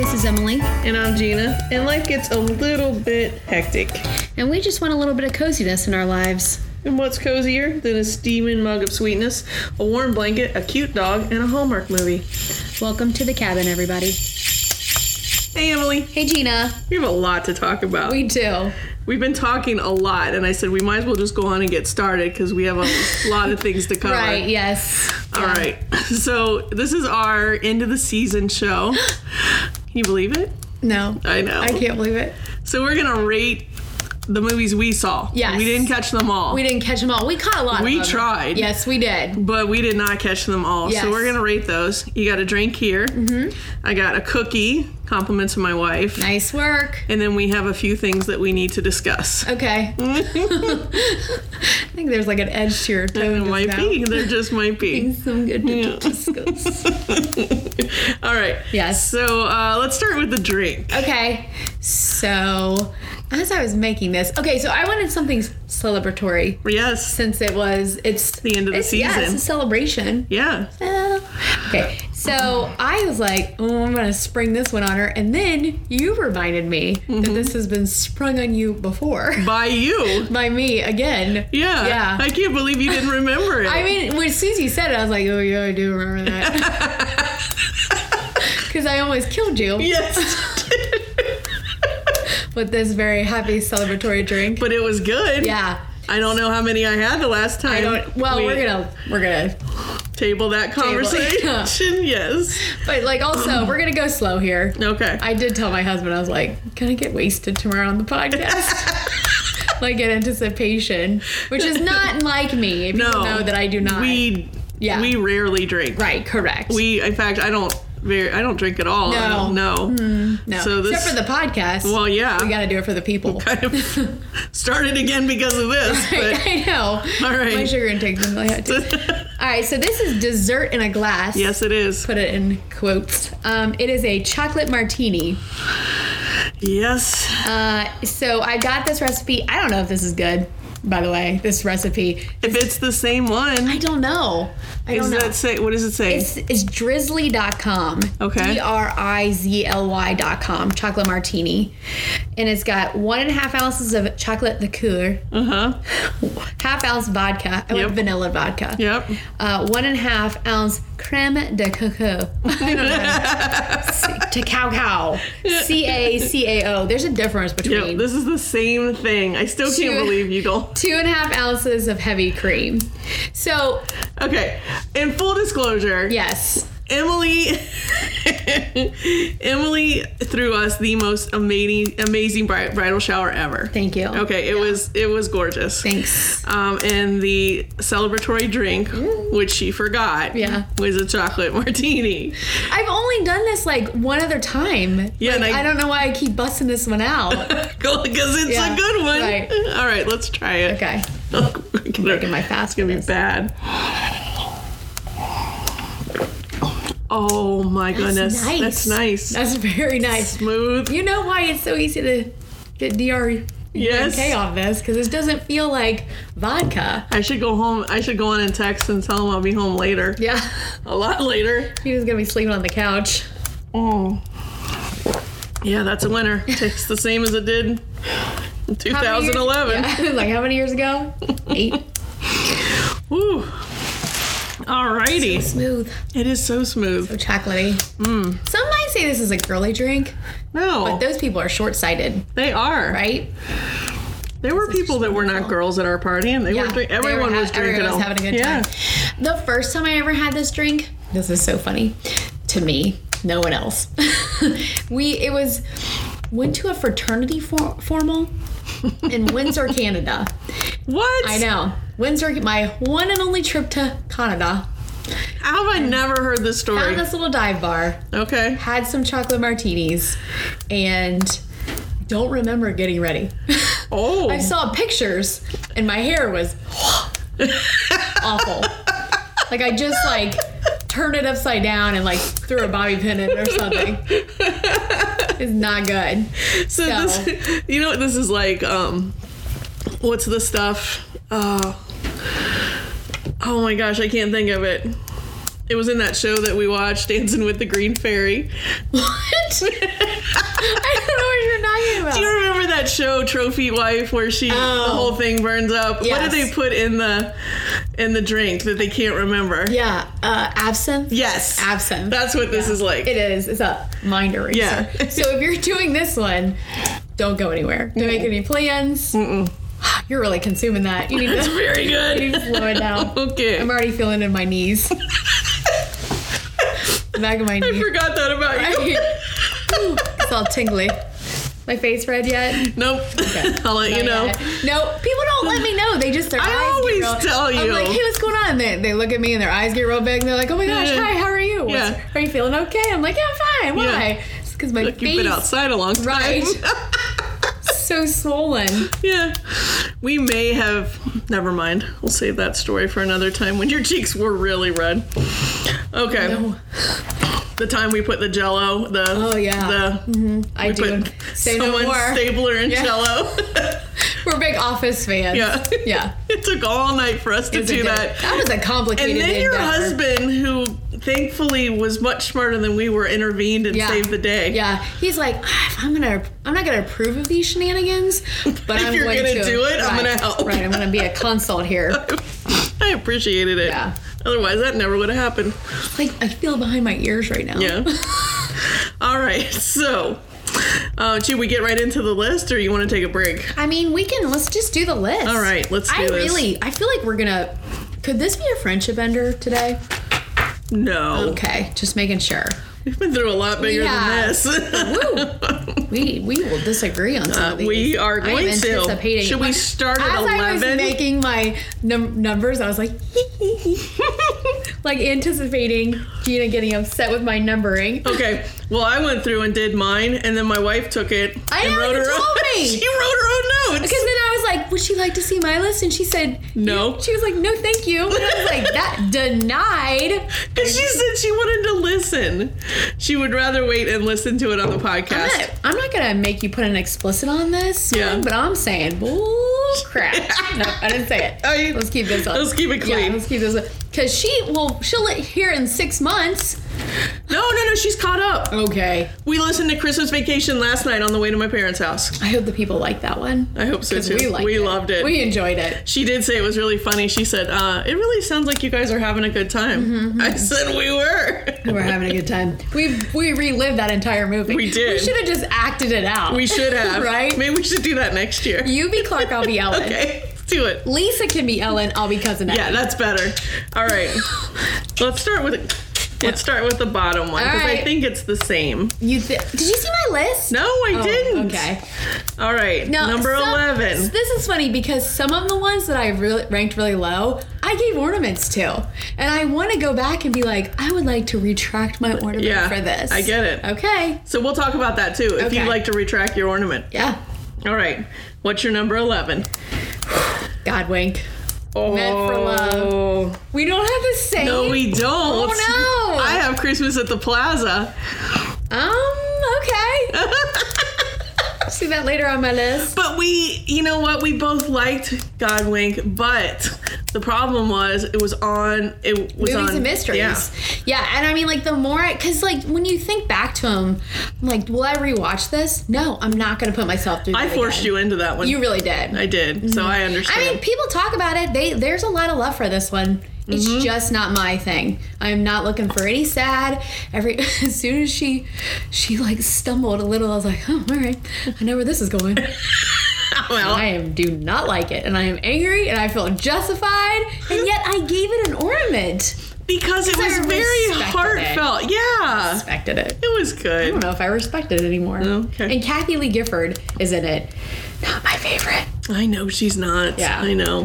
is Emily, And I'm Gina, and life gets a little bit hectic. and we just want a little bit of coziness in our lives. And what's cozier than a steaming mug of sweetness, a warm blanket, a cute dog, and a Hallmark movie? Welcome to the cabin, everybody. Hey, Emily, Hey, Gina. we have a lot to talk about. We do. We've been talking a lot, and I said we might as well just go on and get started because we have a lot of things to cover. Right, yes. All right. So, this is our end of the season show. Can you believe it? No. I know. I can't believe it. So, we're going to rate the movies we saw. Yes. We didn't catch them all. We didn't catch them all. We caught a lot We of them. tried. Yes, we did. but we did not catch them all. Yes. So we're gonna rate those. You got a drink here. Mm-hmm. I got a cookie, compliments of my wife, Nice work. and then we have a few things that we need to discuss. Okay. I think there's like an edge to your tone. There just might now. be. There just might be. Some good to discuss. All right. Yes. So uh, let's start with the drink. Okay. So, as I was making this, okay, so I wanted something celebratory. Yes. since it was it's The end of the it's- Yeah, it's season. a celebration. Yeah. Uh, okay, so I was like, oh, I'm gonna spring this one on her, and then you reminded me that Mm-hmm. this has been sprung on you before By you. by me again. Yeah. Yeah. I can't believe you didn't remember it. I mean, when Susie said it, I was like, oh yeah, I do remember that. Because I almost killed you yes. with this very happy celebratory drink. but it was good. yeah. I don't know how many I had the last time. I don't. Well, we we're gonna we're gonna, table that conversation. yes. but like also we're gonna go slow here. Okay. I did tell my husband, I was like, can I get wasted tomorrow on the podcast? like in anticipation, which is not like me. People No, know that I do not. We Yeah. we rarely drink. right, correct. We in fact I don't very I don't drink at all. No. No. No. no. So this Except for the podcast. well yeah. we got to do it for the people. kind of started again because of this. But I know. all right. My sugar intake's been really high too. All right, so this is dessert in a glass. yes it is. Put it in quotes. Um, it is a chocolate martini. Yes. Uh, so I got this recipe. I don't know if this is good, by the way. This recipe. If it's the same one. I don't know. I Is don't know. that say what does it say? It's, it's drizzly.com. Okay. D R I Z L Y.com, chocolate martini. And it's got one and a half ounces of chocolate liqueur, uh-huh. half ounce vodka, I Yep. want vanilla vodka, Yep. uh, one and a half ounce creme de coco. I don't know. to cow cow. C A C A O. There's a difference between Yep. This is the same thing. I still can't Two- believe you don't. two and a half ounces of heavy cream. So, Okay. In full disclosure, yes. Emily Emily threw us the most amazing amazing bri- bridal shower ever. Thank you. Okay, it was it was gorgeous. Thanks. Um, and the celebratory drink, which she forgot, Yeah. was a chocolate martini. I've only done this like one other time. Yeah, Like, and I- I, don't know why I keep busting this one out. Because it's Yeah, a good one. right. All right, let's try it. Okay, I'm breaking my fast It's gonna for be this. bad. Oh my goodness, nice. that's nice. that's very nice. Smooth. You know why it's so easy to get dr Yes. K off this because this doesn't feel like vodka. I should go home. I should go on and text and tell him I'll be home later. Yeah, A lot later. he was gonna be sleeping on the couch. Oh. Yeah, that's a winner. Tastes the same as it did in How many years- 2011. Yeah, like how many years ago? Eight. Woo. Alrighty. Smooth, It is so smooth. so chocolatey. Mm. Some might say this is a girly drink, No, but those people are short-sighted, they are. right? There were people that were not girls at our party, and they were Yeah, drink- they were everyone ha- was drinking. Everyone was them. having a good yeah. time. The first time I ever had this drink, this is so funny to me. No one else. we it was went to a fraternity for, formal in Windsor, Canada. What? I know Windsor, my one and only trip to Canada. How have I never heard this story? Found this little dive bar, Okay. had some chocolate martinis, and don't remember getting ready. Oh. I saw pictures and my hair was awful. Like I just like turned it upside down and like threw a bobby pin in it or something. It's not good. So this, you know what this is like? Um, what's the stuff? Uh, oh my gosh, I can't think of it. It was in that show that we watched, Dancing with the Green Fairy. What? show Trophy Wife where she Oh. the whole thing burns up? What Yes. do they put in the in the drink that they can't remember? Yeah, uh, absinthe. Yes. Absinthe. That's what this is like. It is. It's a mind eraser. Yeah. so if you're doing this one, don't go anywhere. Don't make any plans. You're really consuming that. You need It's to, very you need to good. slow it down. Okay. I'm already feeling it in my knees. The back of my I knee. forgot that about you. Ooh, it's all tingly. My face red yet? Nope. I'll let you Not know. yet. No, people don't let me know. They just their I eyes get always real- tell I'm you. like, hey, what's going on? They, they look at me and their eyes get real big. and They're like, oh my gosh, Yeah. hi, how are you? What's- Yeah. Are you feeling okay? I'm like, yeah, I'm fine. Yeah. Why? It's because my Look, you've face been outside a long time. Right. so swollen. yeah. We may have. Never mind. We'll save that story for another time when your cheeks were really red. Okay. No. The time we put the jello, the. Oh, yeah. The. I do. Put Say no someone more. stapler and Yeah. jello. We're big office fans. yeah. Yeah. It took all night for us to Yes, it do did. that. That was a complicated And then your endeavor. husband, who thankfully was much smarter than we were, intervened and Yeah. saved the day. Yeah, he's like, "Ah, if I'm gonna, I'm not gonna approve of these shenanigans, but If I'm you're going gonna to do it, I'm Right, gonna help." Right, I'm gonna be a consult here. I appreciated it. Yeah. Otherwise, that never would have happened. like I feel behind my ears right now. Yeah. All right. So, uh, should we get right into the list, or you want to take a break? I mean, we can. Let's just do the list. All right, let's do I this. really, I feel like we're gonna. Could this be a friendship ender today? No. Okay, just making sure. We've been through a lot bigger Yeah. than this. We we will disagree on some Uh, of these. we are I am going to. anticipating- Should we start at As I was 11? making my num- numbers, I was like, like anticipating Gina getting upset with my numbering. okay. Well, I went through and did mine, and then my wife took it I and know, wrote you her told own. me. she wrote her own notes. Because then I was like, would she like to see my list? And she said, No. She was like, no, thank you. And I was like, that denied. Because she said she wanted to listen. She would rather wait and listen to it on the I'm podcast. not, I'm not gonna make you put an explicit on this, Yeah. one, but I'm saying bull crap. no, I didn't say it. I- let's keep this up. Oh, let's keep it Yeah, clean. let's keep this up. Cause she will she'll let here in six months. No, no, no. She's caught up. Okay. We listened to Christmas Vacation last night on the way to my parents' house. I hope the people like that one. I hope so 'Cause too. We liked it. loved it. We enjoyed it. she did say it was really funny. She said, uh, "It really sounds like you guys are having a good time." Mm-hmm, I said, We "We were." were having a good time. We we relived that entire movie. We did. We should have just acted it out. we should have. right? Maybe we should do that next year. You be Clark, I'll be Ellen. Okay, let's do it. Lisa can be Ellen, I'll be cousin Ellen. Yeah, that's better. All right. let's start with. Let's start with the bottom one All because I right. think it's the same. You th- did you see my list? No, I Oh, didn't. Okay. All right. Now, number some- eleven. This is funny because some of the ones that I really ranked really low, I gave ornaments to, and I want to go back and be like, I would like to retract my ornament Yeah, for this. I get it. Okay. So we'll talk about that too if you'd Okay. like to retract your ornament. Yeah. All right. What's your number 11? God wink. Oh. Meant for love. We don't have the same. No, we don't. Oh, no. I have Christmas at the Plaza. Um. Okay. see that later on my list. But we, you know what? We both liked God Wink, but the problem was it was on. It was Movies on and mysteries. Yeah. Yeah. and I mean, like, the more, because, like, when you think back to them, I'm like, will I rewatch this? No, I'm not going to put myself through I that forced again. you into that one. You Mm-hmm. really did. I did. So I I understand. mean, people talk about it. They there's a lot of love for this one. It's just not my thing. I am not looking for any sad. Every as soon as she she like stumbled a little, I was like, oh, all right, I know where this is going. well, I am do not like it, and I am angry, and I feel justified, and yet I gave it an ornament. because it was I very respected it. heartfelt. Yeah. Respected it. It was I don't good. know if I respect it anymore. Okay. And Kathy Lee Gifford is in it. Not my favorite. I know she's not. Yeah. I know.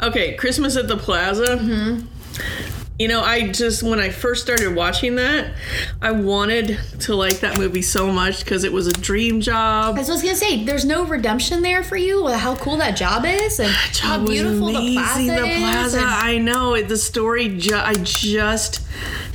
Okay, Christmas at the Plaza. Mm-hmm. You know, I just when I first started watching that, I wanted to like that movie so much because it was a dream job. That's what I was gonna say. There's no redemption there for you. With how cool that job is, and how It was beautiful the amazing, plaza, the is. plaza. and- I know it, the story. Ju- I just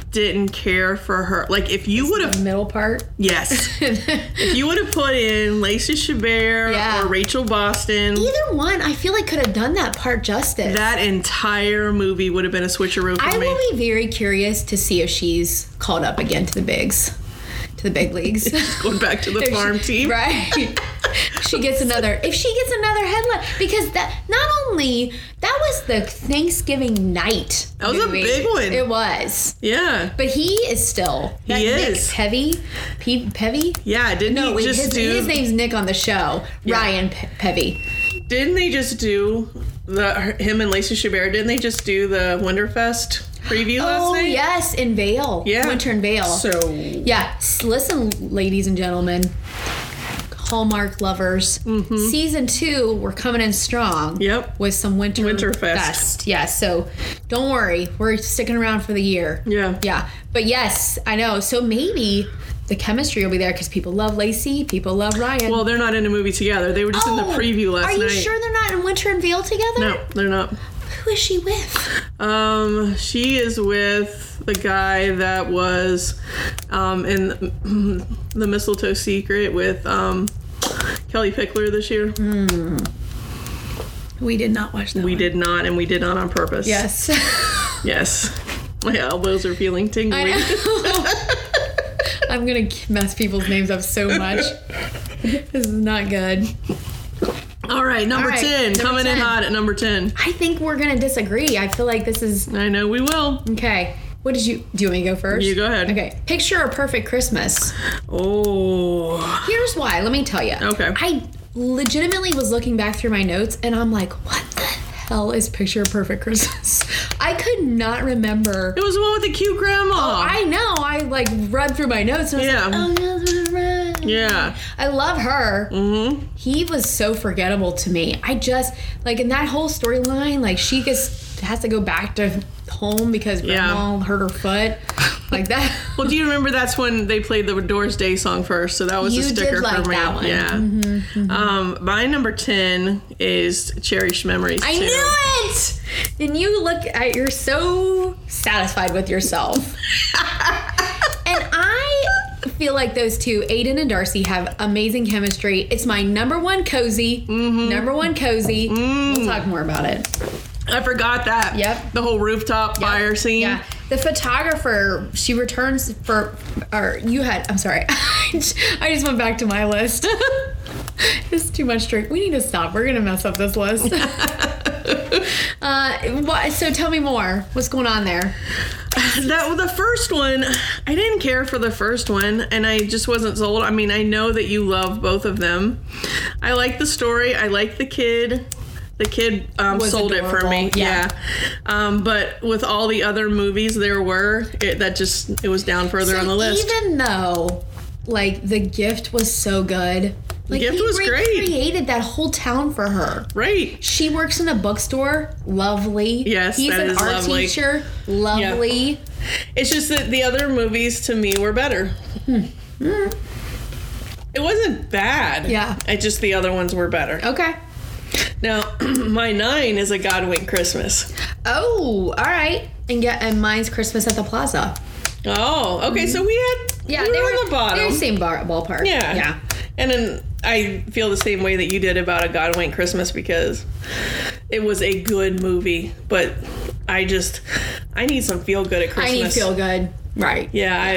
didn't care for her. Like if you would have, the middle part. yes, if you would have put in Lacey Chabert Yeah. or Rachel Boston. Either one, I feel like could have done that part justice. that entire movie would have been a switcheroo for I me. will be very curious to see if she's called up again to the bigs, to the big leagues. Going back to the If she- farm team. right? If she gets another if she gets another headline because that not only that was the Thanksgiving night. That was a movie. big one. It was. Yeah. But he is still that He Nick is. Pevy. Pe- Pevy? Yeah, didn't No, he wait, just his, do his name's Nick on the show. Ryan Pe- Pevy. Didn't they just do the him and Lacey Chabert? Didn't they just do the Winterfest preview last Oh night? yes, in Vale. Yeah. Winter in Vale. So Yeah, s- listen, ladies and gentlemen, Hallmark lovers, Mm-hmm. season two, we're coming in strong. Yep. with some winter Winterfest. fest. Yeah, so don't worry, we're sticking around for the year. yeah, yeah, but yes, I know. So maybe the chemistry will be there because people love Lacey, people love Ryan. Well, they're not in a movie together. They were just in the Oh, preview last Are you night. sure they're not in Winter and Veil together? No, they're not. Who is she with? Um, she is with the guy that was um, in the Mistletoe Secret with um, Kelly Pickler this year. Mm-hmm. We did not watch that. We did not, and we did not on purpose. Yes. Yes. My elbows are feeling tingly. I know. I'm gonna mess people's names up so much. This is not good. All right, number All right, 10, number coming 10. in hot at number 10. I think we're gonna disagree. I feel like this is I know we will. okay. What did you do? You want me to go first? You go ahead. Okay. Picture a perfect Christmas. Oh. Here's why. Let me tell you. Okay. I legitimately was looking back through my notes and I'm like, what the hell is Picture a Perfect Christmas? I could not remember. It was the one with the cute grandma. Oh, I know. I like read through my notes and I was Yeah. like, oh, that's right. yeah. I love her. hmm he was so forgettable to me. I just like in that whole storyline, like she just has to go back to home because Yeah. grandma hurt her foot, like that. Well, do you remember that's when they played the Doors Day song first? So that was a You did sticker like for me. that one. Mm-hmm, Yeah. Um, my number 10 is Cherished Memories. I too. knew it. And you look at you're so satisfied with yourself. and I feel like those two, Aiden and Darcy, have amazing chemistry. It's my number one cozy, number one cozy. We'll talk more about it. I forgot that. Yep. The whole rooftop fire scene. Yeah. The photographer, she returns for, or you had, I'm sorry. I just went back to my list. it's too much drink. We need to stop. We're going to mess up this list. uh, what, so tell me more. What's going on there? That the first one, I didn't care for the first one, and I just wasn't sold. I mean, I know that you love both of them. I like the story. I like the kid. The kid um, Was sold it for me. adorable, yeah. Um, but with all the other movies there were, it, that just it was down further on the list. Even though, like, the gift was so good. Like, gift he was great. created that whole town for her. right. She works in a bookstore. Lovely. Yes, He's that an is art lovely. teacher. Lovely. It's just that the other movies to me were better. It wasn't bad. Yeah. It just the other ones were better. Okay. Now, my nine is a Godwin Christmas. Oh, all right. And get and mine's Christmas at the Plaza. Oh, okay. So we had Mm-hmm. Yeah, we were on They're the bottom. the same bar, ballpark. yeah, yeah. And then I feel the same way that you did about a God Went Christmas because it was a good movie, but I just I need some feel good at I Christmas. need to feel good. Right. Yeah, I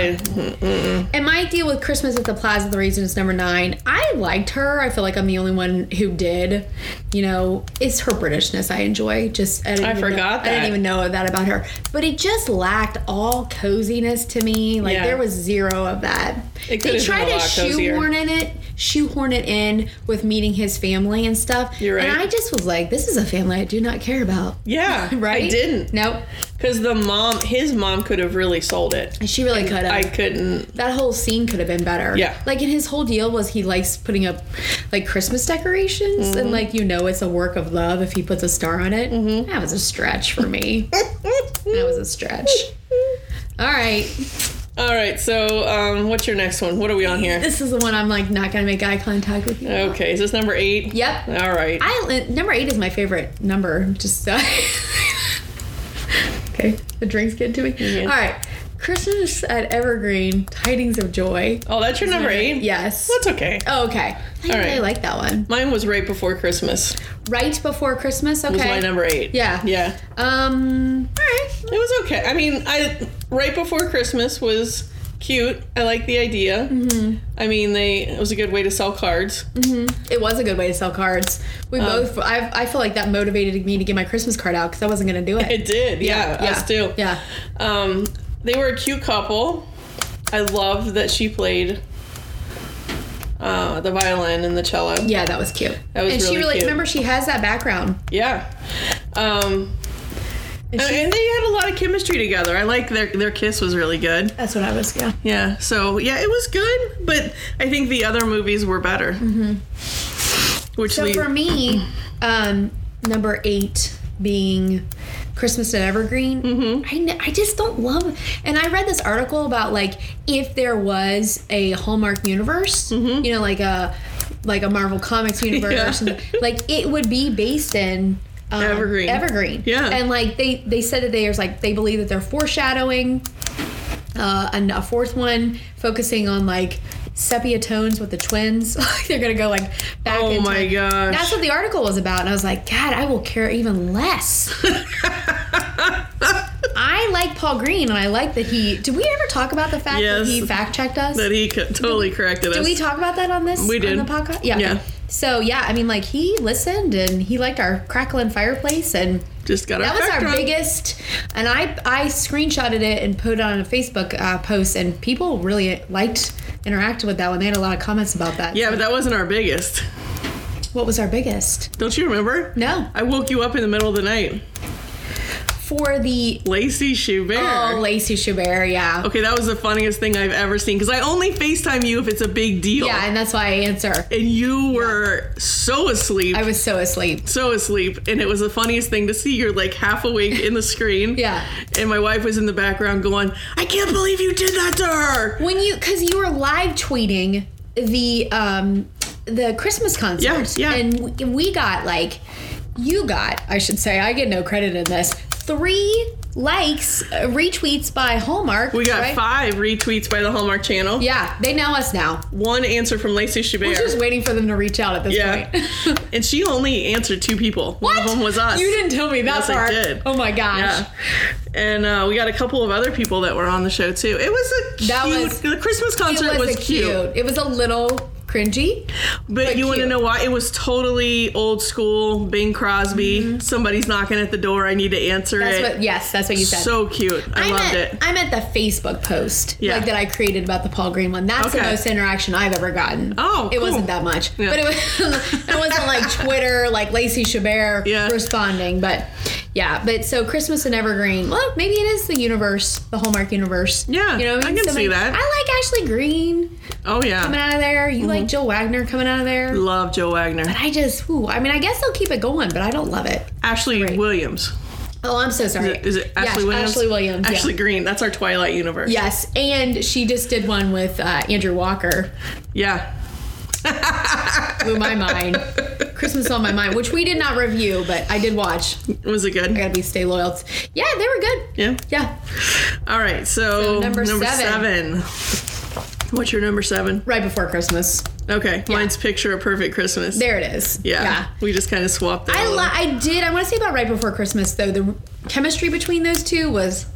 And my deal with Christmas at the Plaza, the reason it's number nine, I liked her. I feel like I'm the only one who did. You know, it's her Britishness I enjoy. Just I, didn't I even forgot know, I that. didn't even know that about her. But it just lacked all coziness to me. Like Yeah. there was zero of that. It they could've tried been a to lot cozier. shoehorn in it, shoehorn it in with meeting his family and stuff. You're And right. I just was like, this is a family I do not care about. yeah, Right? I didn't Nope. because the mom, his mom, could have really sold it. She really could have. I couldn't. that whole scene could have been better. Yeah. Like, and his whole deal was he likes putting up like Christmas decorations, Mm-hmm. and like you know it's a work of love if he puts a star on it. That was a stretch for me. that was a stretch. All right, All right, so um, what's your next one? What are we on here? this is the one I'm like not gonna make eye contact with you. about. Okay, is this number eight? Yep. All right. I number eight is my favorite number. Just uh, okay, the drinks get to me. Yeah. All right, Christmas at Evergreen, tidings of joy. oh, that's your number eight. Yes. that's okay. Oh, okay. I All really right. like that one. Mine was right before Christmas. Right before Christmas. Okay. Was my number eight. Yeah. Yeah. Um. All right. It was okay. I mean, I right before Christmas was cute. I like the idea. Mm-hmm. I mean, they it was a good way to sell cards. It was a good way to sell cards. Um, We both. I, I feel like that motivated me to get my Christmas card out because I wasn't gonna do it. It did, yeah, yeah, us too. Yeah. Um, they were a cute couple. I love that she played uh, the violin and the cello. Yeah, that was cute. That was and she really really cute. remember she has that background. Yeah. Um, And and, she- and they had a lot of chemistry together. I like their their kiss was really good. that's what I was. Yeah. Yeah. So yeah, it was good, but I think the other movies were better. Mm-hmm. Which So lead- for me, um, number eight being Christmas at Evergreen. Mm-hmm. I kn- I just don't love. And I read this article about like if there was a Hallmark universe, you know, like a like a Marvel Comics universe, Mm-hmm. Yeah. and, like it would be based in. Um, Evergreen. Evergreen. Yeah. And like they they said that there's like they believe that they're foreshadowing uh, and a fourth one focusing on like sepia tones with the twins. They're gonna go like back. Oh in my time. gosh. That's what the article was about, and I was like, God, I will care even less. I like Paul Green, and I like that he. Did we ever talk about the fact Yes. that he fact checked us? that he co- totally corrected Mm-hmm. did us. we talk about that on this? We did. on the podcast. Yeah. Yeah. So yeah, I mean, like he listened and he liked our crackling fireplace, and Just got that our was fact our wrong. biggest. And I I screenshotted it and put it on a Facebook uh, post, and people really liked interacted with that one. They had a lot of comments about that. Yeah, but that wasn't our biggest. What was our biggest? Don't you remember? No, I woke you up in the middle of the night. for the Lacey Schubert. oh Lacey Chabert, yeah, Okay, that was the funniest thing I've ever seen because I only FaceTime you if it's a big deal. yeah, and that's why I answer. And you were so asleep. I was so asleep. so asleep. And it was the funniest thing to see. You're like half awake in the screen. Yeah. And my wife was in the background going, I can't believe you did that to her. When you because you were live tweeting the um the Christmas concert, yeah. and we- we got like you got I should say I get no credit in this three likes uh, retweets by Hallmark. We got right? five retweets by the Hallmark channel. Yeah, they know us now. One answer from Lacey Chabert. We're just waiting for them to reach out at this yeah. point. and she only answered two people. One of them was us. You didn't tell me that Yes, I part. did. Oh my gosh. Yeah. And uh, we got a couple of other people that were on the show too. It was a cute. That was- the Christmas It concert was, was, a cute, cute. It was a little cringy. but, you want to cute. know why? It was totally old school. Bing Crosby. Somebody's knocking at the door. I need to answer Mm-hmm. That's it. what. Yes, that's what you said. so cute. I, I'm loved at, it. I'm at the Facebook post Yeah. like that I created about the Paul Green one. That's the Okay. most interaction I've ever gotten. Oh, it cool. wasn't that much, Yeah. but it, was, it wasn't like Twitter, like Lacey Chabert Yeah. responding. But yeah, but so Christmas and Evergreen. Well, maybe it is the universe, the Hallmark universe. Yeah, you know, what I can So many- see that. I like Ashley Green oh coming yeah. out of there. You Mm-hmm. like Jill Wagner coming out of there. Love Joe Wagner. I just, ooh, I mean, I guess they'll keep it going, but I don't love it. Ashley Great. Williams. Oh, I'm so sorry. Is it Ashley yes, Williams? Ashley Williams. yeah. Ashley Green. That's our Twilight universe. Yes, and she just did one with uh, Andrew Walker. Yeah. Blew my mind. Christmas on my mind, which we did not review, but I did watch. I Was it good? gotta be stay loyal. Yeah, they were good. Yeah. Yeah, All right. So, So number, number seven. seven. What's your number seven? right before Christmas. Okay, mine's picture a perfect Christmas. There it is. Yeah. We just kind of swapped it. I all li- over. I did. I want to say about right before Christmas though. The chemistry between those two was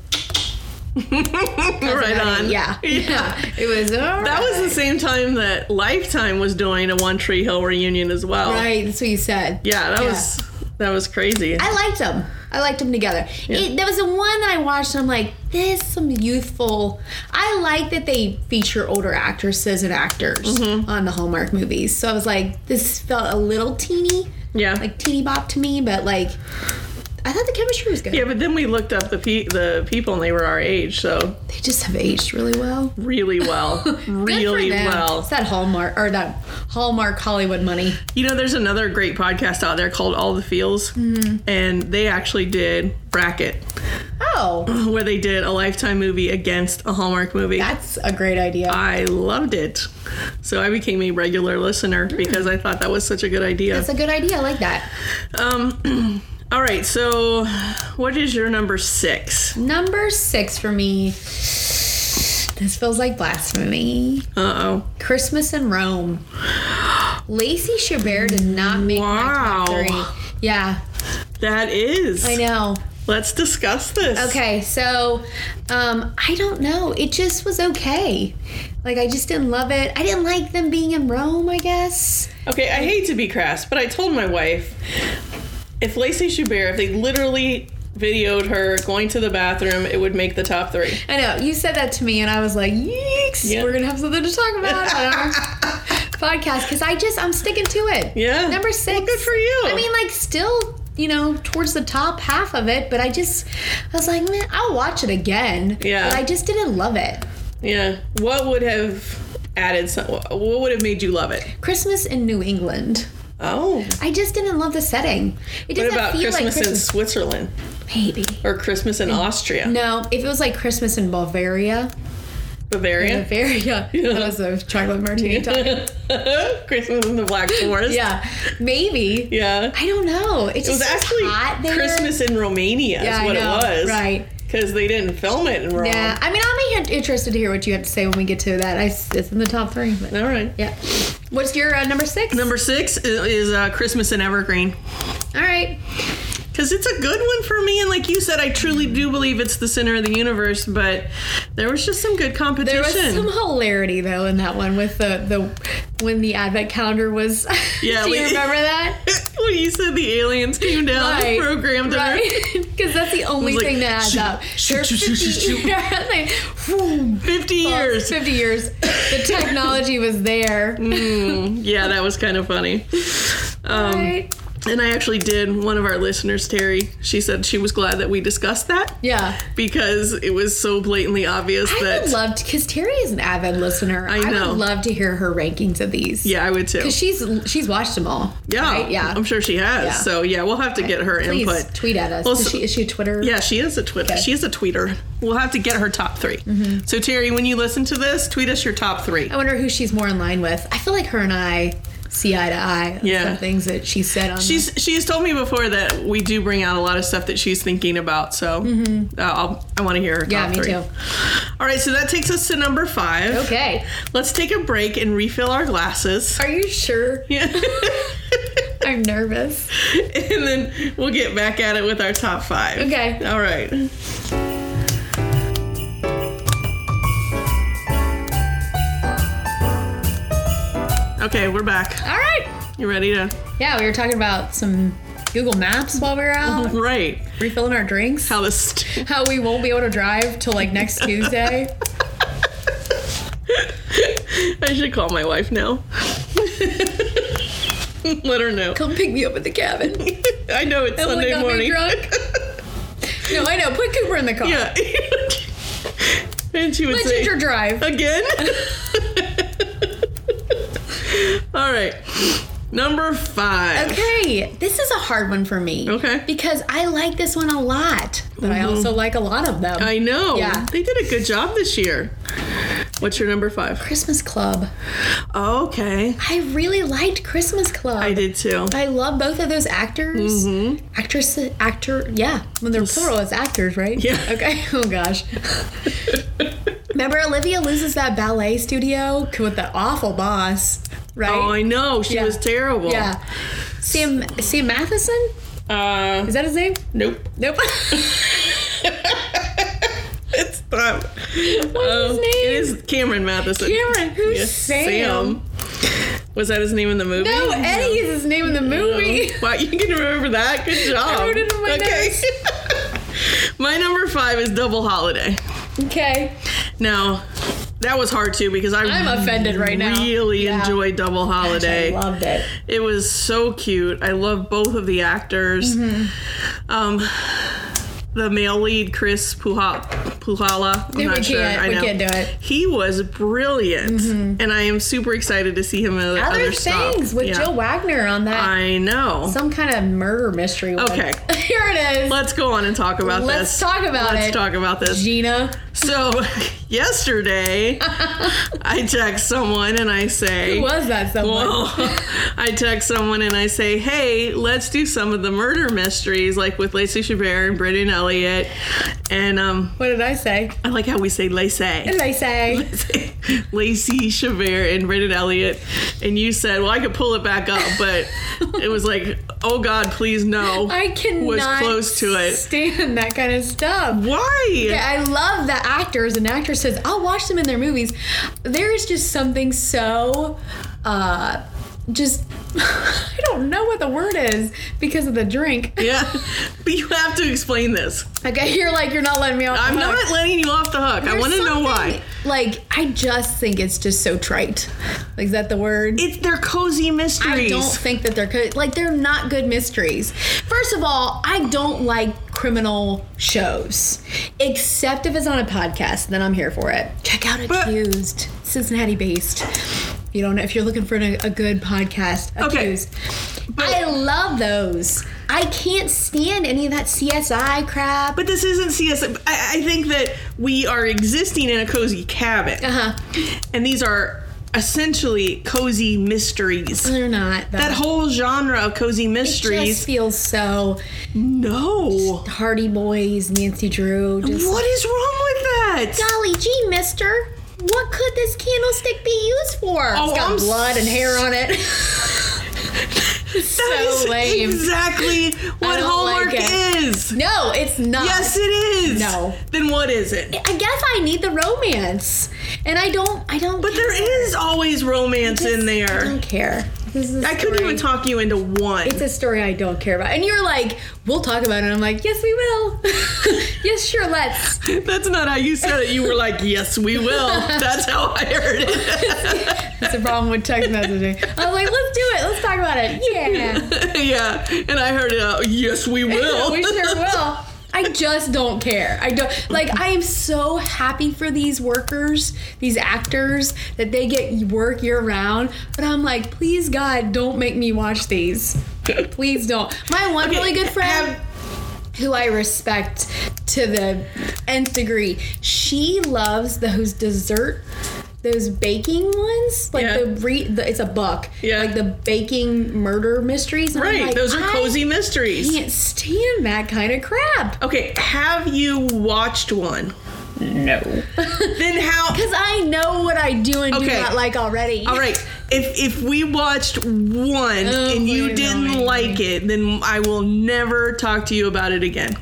right on. Yeah, yeah. It was. all That was the right. same time that Lifetime was doing a One Tree Hill reunion as well. right. That's what you said. Yeah, that was that was crazy. I liked them. I liked them together. It, there was the one that I watched, and I'm like, there's some youthful. I like that they feature older actresses and actors Mm-hmm. on the Hallmark movies. So I was like, this felt a little teeny, yeah. like teeny bop to me, but like, I thought the chemistry was good. yeah, but then we looked up the pe- the people and they were our age, so They just have aged really well. really well, Good for really them. It's well. that Hallmark or that Hallmark Hollywood money. You know, there's another great podcast out there called All the Feels, Mm-hmm. and they actually did bracket Oh, where they did a Lifetime movie against a Hallmark movie. that's a great idea. I loved it. So I became a regular listener because I thought that was such a good idea. that's Hmm. a good idea. I like that. Um, all right, so what is your number six? Number six for me. This feels like blasphemy. Uh oh. Christmas in Rome. Lacey Chabert did not make Wow. my top three. Yeah, That is. I know. Let's discuss this. Okay, so um, I don't know. It just was okay. Like I just didn't love it. I didn't like them being in Rome. I guess. Okay, I hate to be crass, but I told my wife if Lacey Chabert, if they literally videoed her going to the bathroom, it would make the top three. I know you said that to me, and I was like, "Yeeks, Yeah. we're gonna have something to talk about on our podcast." Because I just I'm sticking to it. Yeah. Number six. Well, good for you. I mean, like still. You know, towards the top half of it, but I just, I was like, man, I'll watch it again. Yeah. But I just didn't love it. Yeah. What would have added some, what would have made you love it? Christmas in New England. Oh. I just didn't love the setting. It What doesn't about feel Christmas, like in Christmas. Switzerland Maybe. or Christmas in Austria? No, if it was like Christmas in Bavaria, Bavaria? Bavaria, that was a chocolate martini time. Christmas in the Black Forest? Yeah, maybe. Yeah. I don't know. It just It was actually hot there. Christmas in Romania, Yeah, is I what know, it was. right. Because they didn't film it in Rome. Yeah, I mean, I'm in- interested to hear what you have to say when we get to that. I, it's in the top three. But, All right. Yeah. What's your uh, number six? Number six i- is uh, Christmas in Evergreen. All right. Because it's a good one for me. And like you said, I truly do believe it's the center of the universe, but there was just some good competition. There was some hilarity though in that one with the the when the advent calendar was. Yeah, do we- you remember that? when you said the aliens came down and programmed her. Because that's the only It was like, thing that adds shoot, up. shoot, They're shoot, shoot, 50 shoot, shoot. years- like, whoom, 50 well, years. Mm-hmm. 50 years. The technology was there. Yeah, that was kind of funny. Um, right? And I actually did one of our listeners, Terry, she said she was glad that we discussed that Yeah. because it was so blatantly obvious I that. would love to, because Terry is an avid listener. I, know. would love to hear her rankings of these. yeah, I would too. 'Cause She's she's watched them all. yeah, right? yeah. I'm sure she has. Yeah. So yeah, we'll have to get her Please input. tweet at us. Well, is, so- she, is she a Twitter? Yeah, she is a Twitter. Okay. Mm-hmm. She is a tweeter. We'll have to get her top 3 So Terry, when you listen to this, tweet us your top three. I wonder who she's more in line with. I feel like her and I see eye to eye on Yeah. some things that she said on. She's she's told me before that we do bring out a lot of stuff that she's thinking about. So uh, I'll, I want to hear her. Top Mm-hmm. yeah, me three. too. All right, so that takes us to number five. Okay. Let's take a break and refill our glasses. Are you sure? Yeah. I'm nervous. and then we'll get back at it with our top five. Okay. All right. Okay, we're back. All right. You ready to? Yeah, we were talking about some Google Maps while we were out, Right. refilling our drinks. Uh-huh. How this. St- How we won't be able to drive till like next Tuesday. I should call my wife now. Let her know. Come pick me up at the cabin. I know it's Emily Sunday got me morning. drunk. No, I know. Put Cooper in the car. Yeah. and she would Let say. Ginger drive. Again? All right. Number five. Okay, this is a hard one for me. Okay. Mm-hmm. Because I like this one a lot, but I also like a lot of them. I know. Yeah. They did a good job this year. What's your number five? Christmas Club. Okay. I really liked Christmas Club. I Mm-hmm. did too. I love both of those actors. Actress, actor, yeah. When they're plural, it's actors, right? Yeah. Okay. Oh gosh. Remember, Olivia loses that ballet studio with the awful boss, right? Oh, I know. She Yeah. was terrible. yeah. Sam Sam Matheson Uh, is that his name? nope. Nope. It's not. Um, What's his It name? is Cameron Matheson. Cameron. Who's Yes, Sam? Was that his name in the movie? No, Eddie is his name in the movie. Wow, you can remember that. Good job. wrote it in my my number five is Double Holiday. Okay. Now, that was hard too because I I'm offended right now. really Yeah. enjoyed Double Holiday. I loved it. it was so cute. I love both of the actors. Mm-hmm. Um, the male lead, Chris Puha- Puhala. I'm Dude, we not sure. can't- I we know. can't do it. Mm-hmm. He was brilliant, and I am super excited to see him in other, Other, other stuff. things with Yeah. Joe Wagner on that. I know. some kind of murder mystery. One. Okay. Here it is. Let's go on and talk about Let's this. talk about Let's it. talk about this. Gina. So yesterday, I text someone and I say, Who was that someone? Well, I text someone and I say, "Hey, let's do some of the murder mysteries, like with Lacey Chabert and Brendan Elliott, And um, What did I say? I like how we say laissez. What did I say? Lacey Chabert and Brendan Elliott, and you said, "Well, I could pull it back up," but it was like, "Oh God, please no!" I cannot was close to it. stand that kind of stuff. Why? Yeah, I love that actors and actresses. I'll watch them in their movies. There is just something so, uh, just I don't know what the word is because of the drink. Yeah, but you have to explain this. Okay, you're like you're not letting me off. the I'm hook. not letting you off the hook. I There's want to know something- why. Like I just think it's just so trite. Like is that the word? It's their cozy I mysteries. don't think that they're good. Like they're not good mysteries. First of all, I don't like criminal shows, except if it's on a podcast. Then I'm here for it. Check out But- Accused, Cincinnati based. You don't know if you're looking for a, a good podcast. Okay. Accused. I love those. I can't stand any of that CSI crap. but this isn't CS. I, I think that we are existing in a cozy cabin, uh-huh. and these are essentially cozy mysteries. They're not. though. That whole genre of cozy It just mysteries. feels so No. Hardy Boys, Nancy Drew. Just What is wrong with that? Golly gee, mister. What could this candlestick be used for? Oh, it's got I'm blood and hair on it. That so is lame. exactly what don't Hallmark like it. is. no, it's not. Yes, it is. No. Then what is it? I guess I need the romance. And I don't I don't But there is always romance in I there. don't care. This is a I couldn't story- even talk you into one. It's a story I don't care about. And you're like, we'll talk about it. I'm like, yes, we will. yes, sure, let's. That's not how you said it. You were like, yes, we will. That's how I heard it. That's the problem with text messaging. I was like, let's do it. Let's talk about it. Yeah. yeah. And I heard it out, yes, we will. we sure will. I just don't care. I don't like. I am so happy for these workers, these actors, that they get work year round. But I'm like, please God, don't make me watch these. Please don't. My one Okay, really good friend, have- who I respect to the nth degree, she loves those dessert. Those baking ones, like Yeah. the, re- the it's a buck, Yeah. like the baking murder mysteries. And I'm Right. like, Those are I cozy mysteries. can't stand that kind of crap. Okay, have you watched one? No. then how? Because I know what I do and do Okay. not like already. All right. If if we watched one Oh, and wait you a didn't minute. like it, then I will never talk to you about it again.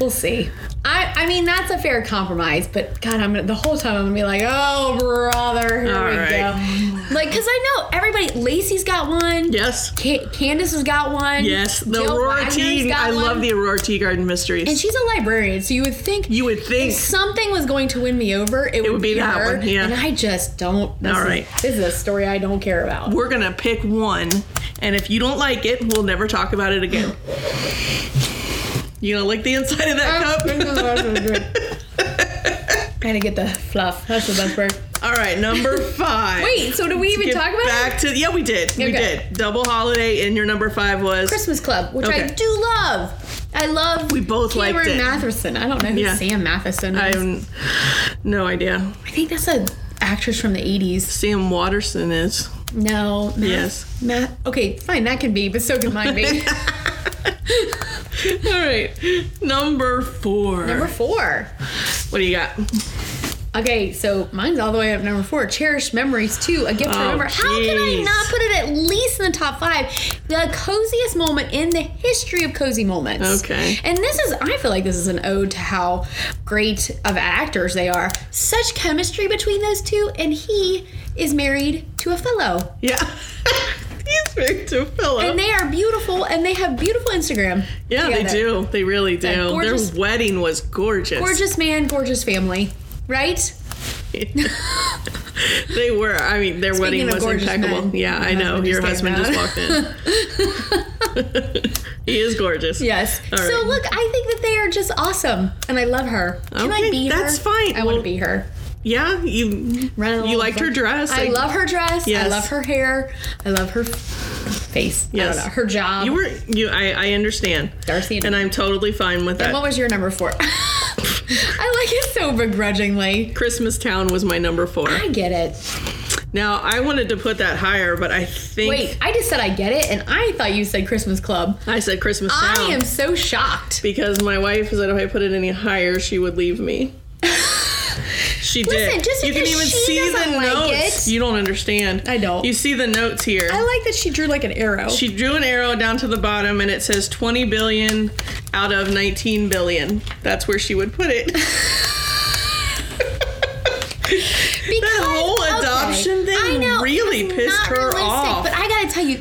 We'll see. I, I mean, that's a fair compromise, but God, I'm gonna, the whole time I'm going to be like, oh, brother, here All we right. go. Like, because I know everybody, Lacey's got one. Yes. Ca- Candace has got one. Yes. The Jill Aurora Wagner's Tea. got I love one. the Aurora Tea Garden mysteries. And she's a librarian, so you would think you would think. if something was going to win me over, it, would, would be that her, one, yeah. And I just don't. This All is- right. This is a story I don't care about. We're gonna pick one, and if you don't like it, we'll never talk about it again. You gonna lick the inside of Oh, that cup? Trying to get the fluff. That's the best word. All right, number five. Wait, so do we even Get talk about it? back to yeah, we did, we Okay. did. Double holiday, and your number five was Christmas Club, which I Okay. do love. I love. We both Cameron liked it. Matheson. I don't know who Yeah. Sam Matheson is. i I have no idea. think that's an actress from the '80s. Sam Watterson is No. Matt, yes. Matt. Okay, fine. That can be, but so can mine be. All right, number four. number four. what do you got? Okay, so mine's all the way up number four. Cherished memories too. A gift to Oh, remember. How can I jeez. not put it at least in the top five? The coziest moment in the history of cozy moments. Okay. And this is, I feel like this is an ode to how great of actors they are. Such chemistry between those two, and he is married to a fellow, Yeah, he's big to Philip. and they are beautiful, and they have beautiful Instagram. Yeah, together. they do. They really do. That gorgeous- Their wedding was gorgeous. Gorgeous man, gorgeous family, right? they were. I mean, their wedding of was gorgeous impeccable. men, yeah, my I know. husband Your just came husband just out. walked in. he is gorgeous. Yes. All So right. look, I think that they are just awesome, and I love her. Can I Okay, be her? that's fine. I want to Well, be her. Yeah, you Run along you with liked her dress. I love her dress. I Yes. love her hair. I love her f- face. I Yes. don't know, her job. You were you. I I understand. Darcy and- and I'm totally fine with that. What was your number four? I like it so begrudgingly. Christmas Town was my number four. I get it. Now I wanted to put that higher, but I think Wait, I just said I get it, and I thought you said Christmas Club. I said Christmas Town I am so shocked. because my wife said if I put it any higher, she would leave me. She Listen, did. just you can because even she see the doesn't like notes. it- You don't understand. I don't. You see the notes here. I like that she drew like an arrow. she drew an arrow down to the bottom and it says 20 billion out of 19 billion. That's where she would put it. because, whole okay, adoption thing I know, really it's pissed not her realistic, off. But I gotta tell you,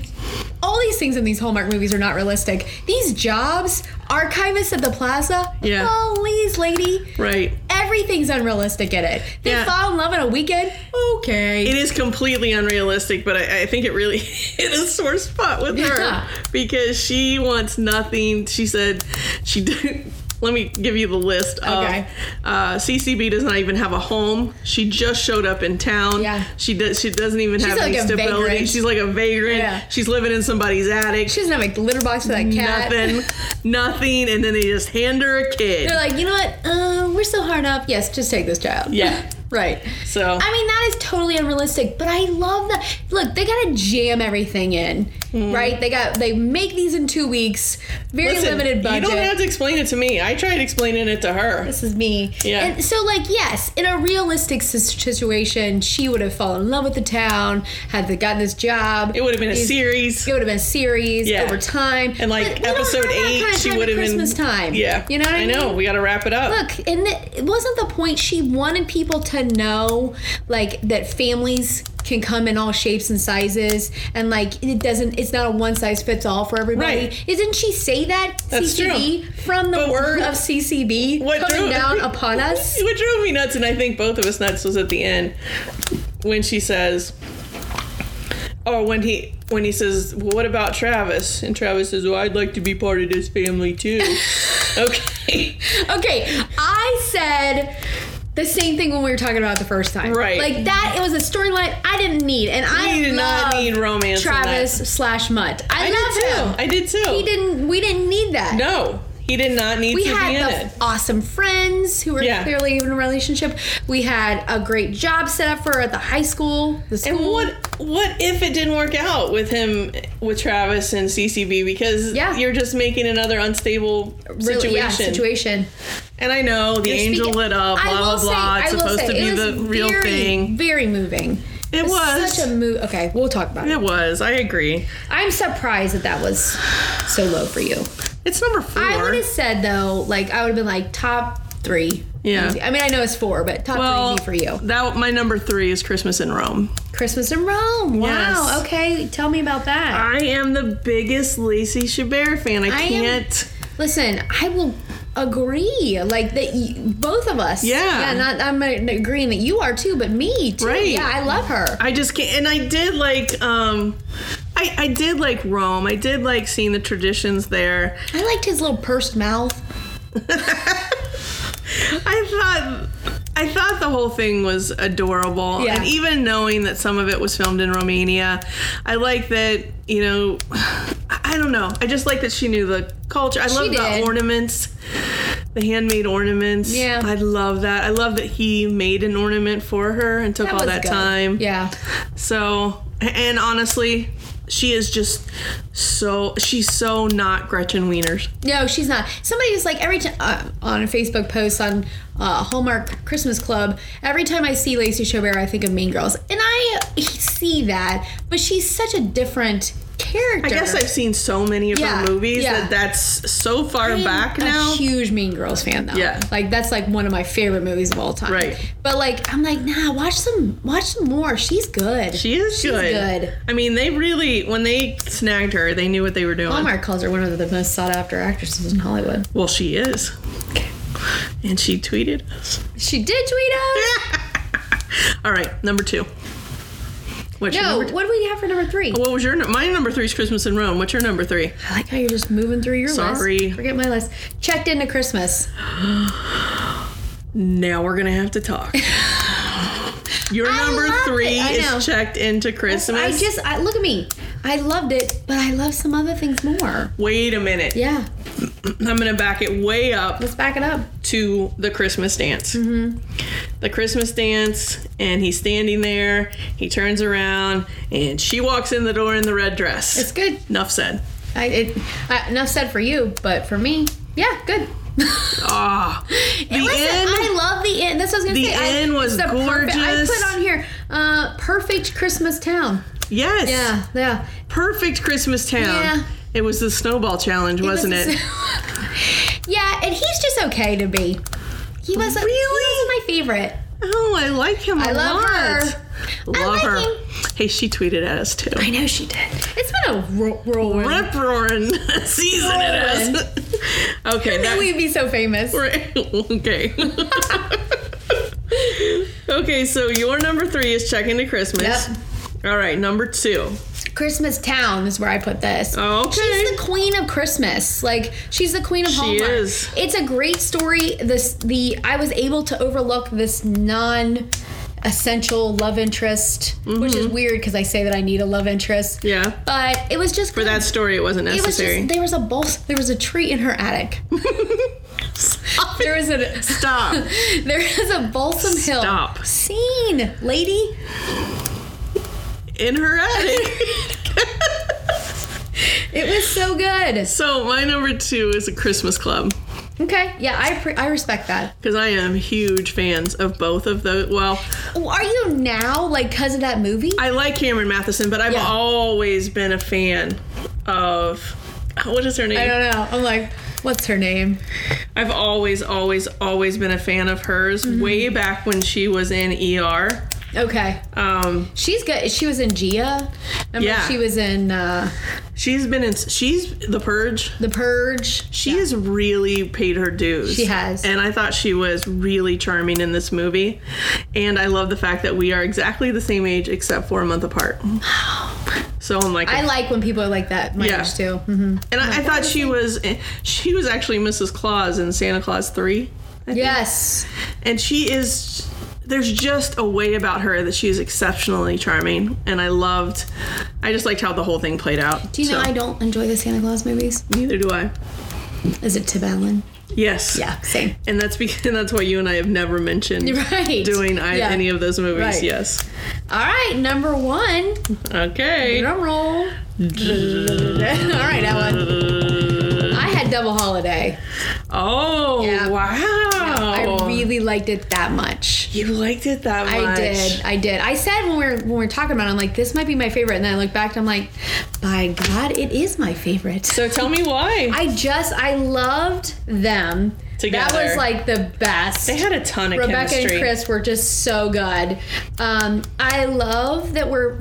all these things in these Hallmark movies are not realistic. These jobs, archivists at the plaza, Yeah. please, lady. right. Everything's unrealistic in it. They Yeah. fall in love on a weekend. Okay. It is completely unrealistic, but I, I think it really hit a sore spot with Yeah. her because she wants nothing. She said she did. Let me give you the list. of, Okay. uh, CCB does not even have a home. She just showed up in town. Yeah. She does. She doesn't even have like any a stability. vagrant. She's like a vagrant. Yeah. She's living in somebody's attic. she doesn't have a litter box for that cat. nothing. nothing. And then they just hand her a kid. They're like, you know what? Uh, we're so hard up. Yes, just take this child. yeah. Right. So I mean, that is totally unrealistic, but I love that. Look, they gotta jam everything in, Mm. right? They got they make these in two weeks, very Listen, limited budget. You don't have to explain it to me. I tried explaining it to her. this is me. Yeah. And so, like, yes, in a realistic sis- situation, she would have fallen in love with the town, had they gotten this job. It would have been a These- series. It would have been a series Yeah. over time. But And like we don't episode have that eight, kind of she time at would have been Christmas time. Yeah, You know what I, mean? know. We got to wrap it up. Look, and the, it wasn't the point she wanted people to know, like that families can come in all shapes and sizes, and like it doesn't, it's not a one size fits all for everybody. Right. Didn't she say that That's CCB from the But word we're- of CCB what coming drew- down upon us? What drove me nuts, and I think both of us nuts, was at the end when she says, or when he when he says, "Well, what about Travis?" And Travis says, "Well, I'd like to be part of this family too." okay, Okay, I said. The same thing when we were talking about it the first time, Right. Like that, it was a storyline I didn't need, and I we did not love need romance. in that. Travis slash Mutt. I, I did love too. him. I did too. he didn't. We didn't need that. No, he did not need we to be in had the it. f- awesome friends who were Yeah. clearly in a relationship. We had a great job set up for her at the high school. The school. And what what if it didn't work out with him with Travis and CCB because Yeah. you're just making another unstable Really- situation. Yeah, situation. And I know the angel Speaking- lit up, I blah blah will say- blah. I It's will supposed say, to be it the was real very, thing. Very moving. It was. such a move. Okay, we'll talk about It it. was. I agree. I'm surprised that that was so low for you. It's number four. I would have said though, like I would have been like top three. Yeah. Easy. I mean, I know it's four, but top well, three easy for you. That my number three is Christmas in Rome. Christmas in Rome. Wow. Yes. Okay, tell me about that. I am the biggest Lacey Chabert fan. I, am- can't. Listen, I will agree. Like that, y- both of us. Yeah. Yeah. Not, I'm uh, agreeing that you are too, but me too. Right. Yeah, I love her. I just can't. And I did like. um I, I did like Rome. I did like seeing the traditions there. I liked his little pursed mouth. I thought I thought the whole thing was adorable. Yeah. And even knowing that some of it was filmed in Romania, I like that, you know, I I don't know. I just like that she knew the culture. I love the did. ornaments. The handmade ornaments. Yeah. I love that. I love that he made an ornament for her and took all was that good. time. Yeah. So, and honestly, she is just so, she's so not Gretchen Wieners. No, she's not. Somebody was like every time uh, on a Facebook post on uh, Hallmark Christmas Club. Every time I see Lacey Chabert, I think of Mean Girls, and I see that. But she's such a different character. I guess I've seen so many of Yeah, her movies yeah. that that's so far I'm back a now. huge Mean Girls fan though. Yeah. Like that's like one of my favorite movies of all time. Right. But like I'm like, nah, watch some watch some more. She's good. she is good. good. I mean, they really when they snagged her, they knew what they were doing. Hallmark calls her one of the most sought after actresses in Hollywood. Well, she is, and she tweeted us. She did tweet us. All right, number two. What's your No, number? what do we have for number three? What was your nu- my number three is Christmas in Rome. What's your number three? I like how you're just moving through your list. Sorry. Forget my list. Checked into Christmas. Now we're gonna have to talk. Your I number love three it. I know. is checked into Christmas. I just I, look at me. I loved it, but I love some other things more. Wait a minute. Yeah. I'm gonna back it way up. Let's back it up. Mm-hmm. to the Christmas dance. the Christmas dance, and he's standing there. He turns around, and she walks in the door in the red dress. It's good. Enough said. I, it, I, enough said for you, but for me, yeah, good. Ah, the And listen, end. I love the inn. That's what I was gonna The say. I- inn was it's the perfect- gorgeous. I put on here, uh, perfect Christmas town. yes. Yeah, yeah. Perfect Christmas town. Yeah. It was the snowball challenge, wasn't was- it? yeah, and he's just okay to be. He wasn't. Really? He wasn't my favorite. Oh, I like him a I love lot. her. I Love like her. him. Hey, she tweeted at us too. I know she did. It's been a ro- whirlwind. Rip roaring season it is. okay, that We'd be so famous. okay. okay, so your number three is check into Christmas. Yep. All right, number two. Christmas Town is where I put this. Oh, Okay. She's the queen of Christmas. Like she's the queen of She Hallmark. is. It's a great story. This the I was able to overlook this non essential love interest, which is weird because I say that I need a love interest. Mm-hmm. Yeah. But it was just For that story, it wasn't It was necessary. just there was a bol- there was a tree in her attic. there was a Stop. there is a balsam Stop. hill scene, lady. In her attic. It was so good. so my number two is a Christmas club. Okay, yeah, I pre- I respect that. Because I am huge fans of both of those. Well, Well, Oh, Are you now like because of that movie? I like Cameron Matheson, but I've Yeah. always been a fan of what is her name? know. I'm like, what's her name? I've always, always, always been a fan of hers. Mm-hmm. Way back when she was in ER. Okay, Um, she's good. She was in Gia. Remember Yeah. she was in uh, she's been in. She's The Purge. The Purge. She has really paid her dues. She has. And I thought she was really charming in this movie. And I love the fact that we are exactly the same age except for a month apart. So I'm like, I like when people are like that. My Yeah. age too. hmm and I, I thought she was, eh, she was actually Mrs. Claus in Santa Claus 3. Yes. and she is there's just a way about her that she is exceptionally charming and i loved i just liked how the whole thing played out Do you know So, I don't enjoy the Santa Claus movies? neither do i Is it Tim Allen? yes Yeah, same. and that's because and that's why you and i have never mentioned Right. doing I, Yeah. any of those movies Right. yes All right, number one. okay Drum roll. All right, Ellen. I had double holiday. oh Yeah. wow I really liked it that much. you liked it that Oh. much I did. I did. I said when we were when we were talking about it, I'm like, this might be my favorite. And then I look back and I'm like, by God, it is my favorite. so tell me why I just I loved them. Together. That was like the best. they had a ton of Rebecca chemistry and Chris were just so good. Um, I love that we're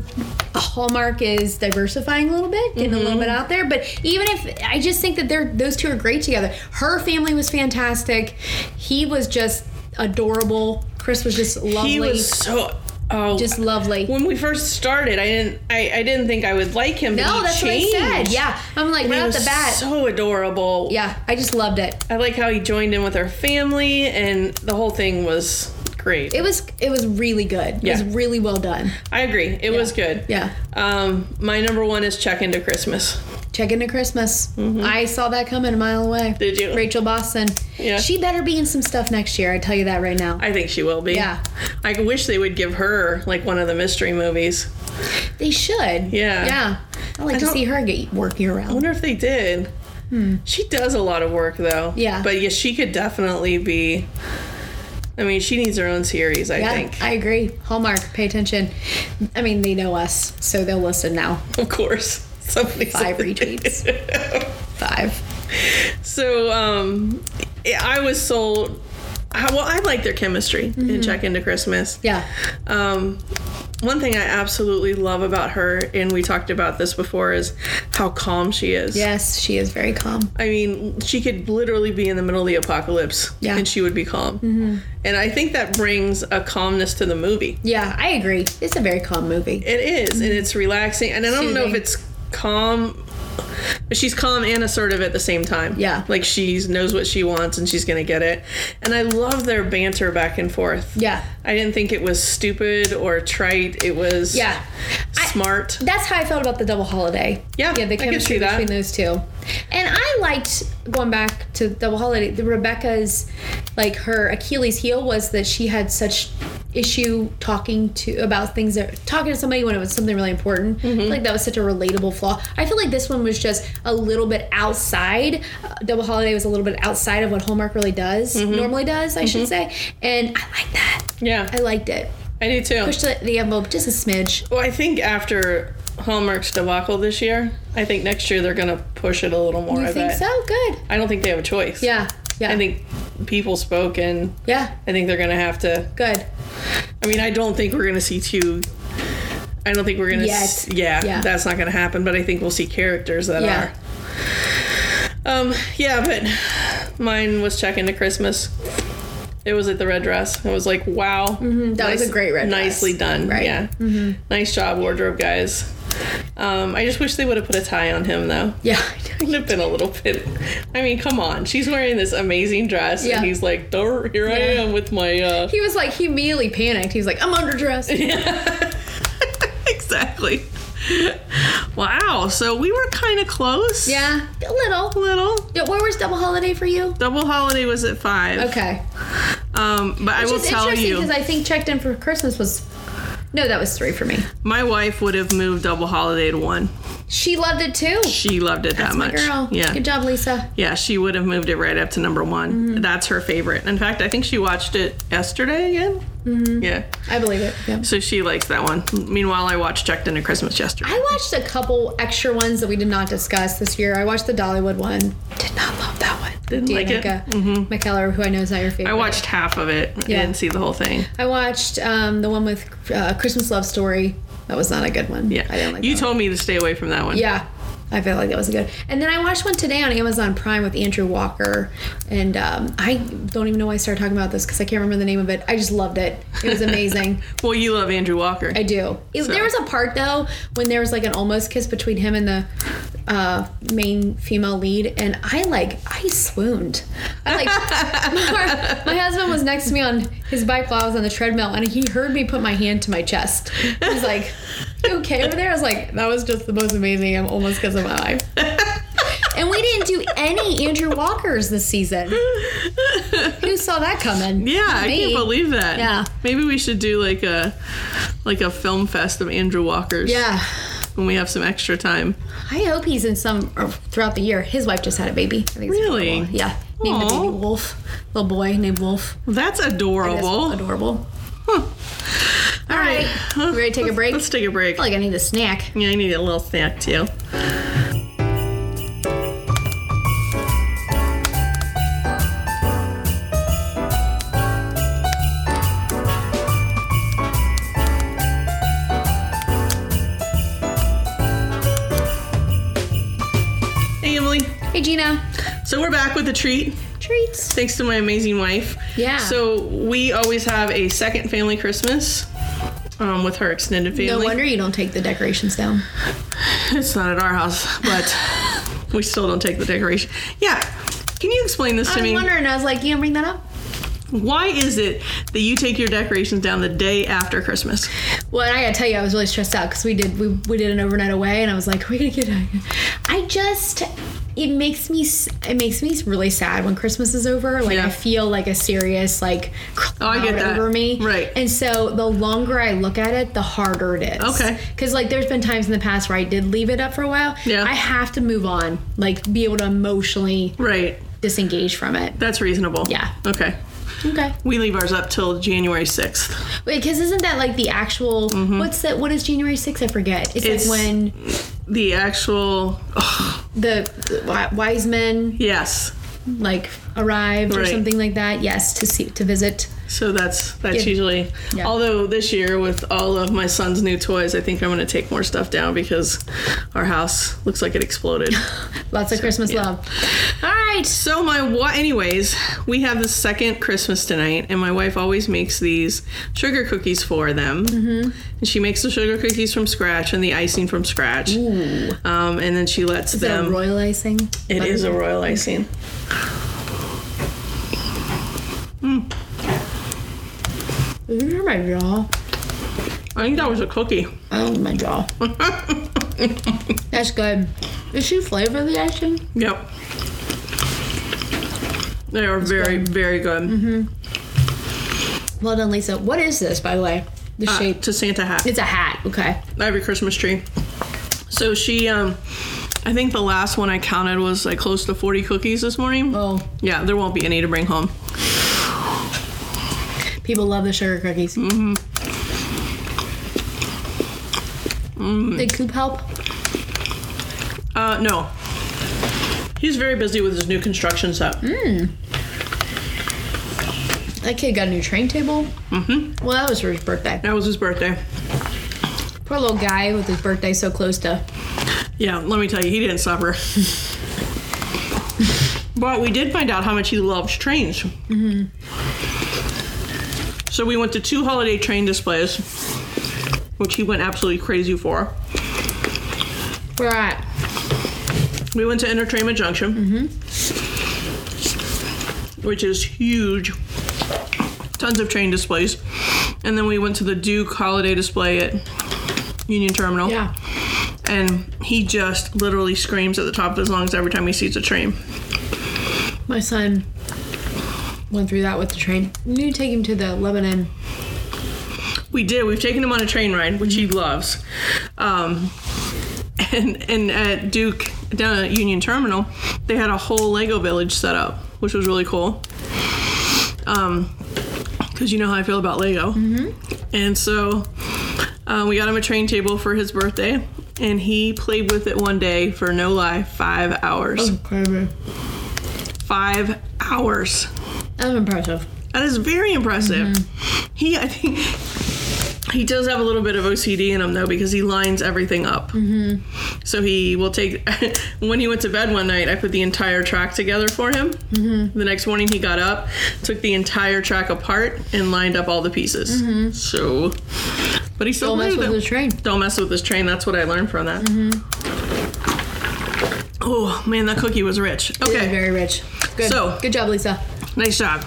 Hallmark is diversifying a little bit, getting a Mm-hmm. little bit out there. But even if I just think that they're those two are great together. Her family was fantastic. He was just adorable. Chris was just lovely. he was so oh just lovely. when we first started, I didn't, I, I didn't think I would like him. but no, he Oh, that's changed. what I said. Yeah, I'm like And he right off the was bat. so adorable. yeah, I just loved it. I like how he joined in with her family, and the whole thing was great. It was it was really good. Yeah. It was really well done. I agree, it was good. Yeah. Um, my number one is check into Christmas. Check into Christmas. Mm-hmm. I saw that coming a mile away. Did you? Rachel Boston. Yeah. She better be in some stuff next year. I tell you that right now. I think she will be. Yeah. I wish they would give her like one of the mystery movies. they should. Yeah. Yeah. I like to don't- see her get work year I round. wonder if they did. She does a lot of work though. Hmm. Yeah. But yeah, she could definitely be. I mean, she needs her own series. I Yeah, think. I agree. Hallmark, pay attention. I mean, they know us, so they'll listen now. Of course. Somebody said Five that. retweets. Five. So um I was sold I, well, I like their chemistry Mm-hmm. in Check Into Christmas. Yeah. Um, one thing I absolutely love about her, and we talked about this before, is how calm she is. Yes, she is very calm. I mean, she could literally be in the middle of the apocalypse Yeah. Mm-hmm. and she would be calm. And I think that brings a calmness to the movie. Yeah, I agree. It's a very calm movie. Mm-hmm. It is, and it's relaxing. And I don't know if Soothing. it's calm But she's calm and assertive at the same time. Yeah. Like she knows what she wants and she's going to get it. And I love their banter back and forth. Yeah. I didn't think it was stupid or trite. It was Yeah. I- smart. That's how I felt about the double holiday. Yeah, yeah, the I can chemistry see that. between those two, and I liked going back to double holiday. The Rebecca's, like her Achilles heel was that she had such issue talking to about things that talking to somebody when it was something really important. I Mm-hmm. feel like that was such a relatable flaw. I feel like this one was just a little bit outside. Uh, double holiday was a little bit outside of what Hallmark really does normally does, I should say, and I like that. Mm-hmm. yeah. I liked it. I, do too. Pushed the the envelope just a smidge. Well, I think after Hallmark's debacle this year, I think next year they're going to push it a little more. You I think bet. so? Good. I don't think they have a choice. Yeah. Yeah. I think people spoke and Yeah. I think they're going to have to. Good. I mean, I don't think we're going to see two. I don't think we're going to. Yet. S- yeah, Yeah. that's not going to happen, but I think we'll see characters that Yeah. are. Um, yeah, but mine was check into Christmas. It was at the red dress. It was like, wow. Mm-hmm. that was a great red dress. Nicely done. Right. Mm-hmm. Yeah. Nice job, wardrobe guys. Um, I just wish they would have put a tie on him, though. Yeah. Would have been a little bit. I mean, come on. She's wearing this amazing dress, Yeah. and he's like, "Darn, here I Yeah. am with my." uh He was like, he immediately panicked. He was like, I'm underdressed. Exactly. Wow. So we were kind of close. yeah. A little. Little. Yeah, Where was double holiday for you? Double holiday was at five. Okay. Um, but I will Which is tell interesting you, because I think checked in for Christmas was. No, that was three for me. my wife would have moved double holiday to one. She loved it too. She loved it that My much. girl. Yeah. Good job, Mm-hmm. Lisa. Yeah, she would have moved it right up to number one. That's her favorite. In fact, I think she watched it yesterday again. Mm-hmm. Yeah. I believe it. Yeah. So she likes that one. Meanwhile, I watched Checked Into Christmas yesterday. I watched a couple extra ones that we did not discuss this year. I watched the Dollywood one. Did not love that one. Didn't like it? Mm-hmm. Danica McKellar, who I know is not your favorite. I watched half of it. I Yeah. didn't see the whole thing. I watched um, the one with uh, Christmas Love Story. That was not a good one. Yeah. I didn't like you that told me to stay away from that one. Yeah. I feel like that was good. And then I watched one today on Amazon Prime with Andrew Walker. And um, I don't even know why I started talking about this because I can't remember the name of it. I just loved it. It was amazing. Well, you love Andrew Walker. I do. It- So- There was a part, though, when there was like an almost kiss between him and the uh, main female lead. And I like, I swooned. I like, my, my husband was next to me on his bike while I was on the treadmill and he heard me put my hand to my chest. He was like, "You okay over there? I was like, that was just the most amazing um, almost kiss of my life. And we didn't do any Andrew Walkers this season. Who saw that coming? yeah, I Me. can't believe that. Yeah. Maybe we should do like a like a film fest of Andrew Walkers Yeah. when we have some extra time. I hope he's in some or throughout the year. His wife just had a baby. I think it's Really? adorable. Yeah. Named the Aw. baby Wolf. Little boy named Wolf. That's That's adorable. adorable. All right. Huh. You ready to take a break? Let's take a break. I feel like I need a snack. Yeah, I need a little snack too. Hey, Emily. Hey Gina. So we're back with a treat, Treats. thanks to my amazing wife. Yeah. So we always have a second family Christmas um, with her extended family. No wonder you don't take the decorations down. It's not at our house, but we still don't take the decoration. Yeah. Can you explain this I to was me? wondering, I was like, you gonna bring that up? Why is it that you take your decorations down the day after Christmas? Well, and I gotta tell you, I was really stressed out because we did we, we did an overnight away, and I was like, "Are we gonna get?" out?" I just it makes me s- it makes me really sad when Christmas is over. Like Yeah. Oh, I feel like a serious like cloud I get that. over me, Right. And so the longer I look at it, the harder it is. Okay. Because like there's been times in the past where I did leave it up for a while. Yeah. I have to move on, like be able to emotionally Right. disengage from it. That's reasonable. Yeah. Okay. Okay. We leave ours up till January 6th. Wait, because isn't that like the actual what's that? What is January 6th? I forget. It's, Mm-hmm. It's- like when. The actual. oh, the wi- wise men yes. like arrived or Right. something like that. Yes, to see to visit. So that's that's Yeah. usually. Yeah. Although this year with all of my son's new toys, I think I'm going to take more stuff down because our house looks like it exploded. Lots of Christmas love. All right, right. So my wa- anyways, we have the second Christmas tonight, and my wife always makes these sugar cookies for them. Mm-hmm. And she makes the sugar cookies from scratch and the icing from scratch. Ooh. Um, and then she lets Is that them. a royal icing? It is a royal icing. These are my jaw. I think that was a cookie. Oh my jaw. That's good. Does she flavor the icing? Yep. They are very, very good. Mm-hmm. Well done, Lisa. What is this, by the way? The Uh, shape. to Santa hat. It's a hat. Okay. every Christmas tree. So she, um, I think the last one I counted was like close to 40 cookies this morning. Oh, Yeah, there won't be any to bring home. people love the sugar cookies. Mm-hmm. Mm-hmm. Did Coop help? Uh, no. He's very busy with his new construction set. That kid got a new train table. Mm-hmm. Well, that was for his birthday. That was his birthday. Poor little guy with his birthday so close to. Yeah, let me tell you, he didn't suffer. but we did find out how much he loved trains. Mm-hmm. So we went to two holiday train displays, which he went absolutely crazy for. Where at? We went to Entertainment Junction, which is huge, tons of train displays, and then we went to the Duke Holiday Display at Union Terminal. Yeah. and he just literally screams at the top of his lungs every time he sees a train. My son went through that with the train. You need to take him to the Lebanon. We did. We've taken him on a train ride, which he loves. Um, and and at Duke down at Union Terminal, they had a whole Lego village set up, which was really cool. Um, because you know how I feel about Lego. And so uh, we got him a train table for his birthday, and he played with it one day for no lie, five hours. Oh. Incredible. Five hours. That was impressive. That is very impressive. Mm-hmm. He, I think, he does have a little bit of OCD in him though because he lines everything up. Mm-hmm. So he will take. when he went to bed one night, I put the entire track together for him. Mm-hmm. The next morning, he got up, took the entire track apart, and lined up all the pieces. So, but he still Mm-hmm. Don't mess knew with them. the train. Don't mess with this train. That's what I learned from that. Mm-hmm. Oh man, that cookie was rich. They were Okay, Very rich. Good. So- Good job, Lisa. Nice job.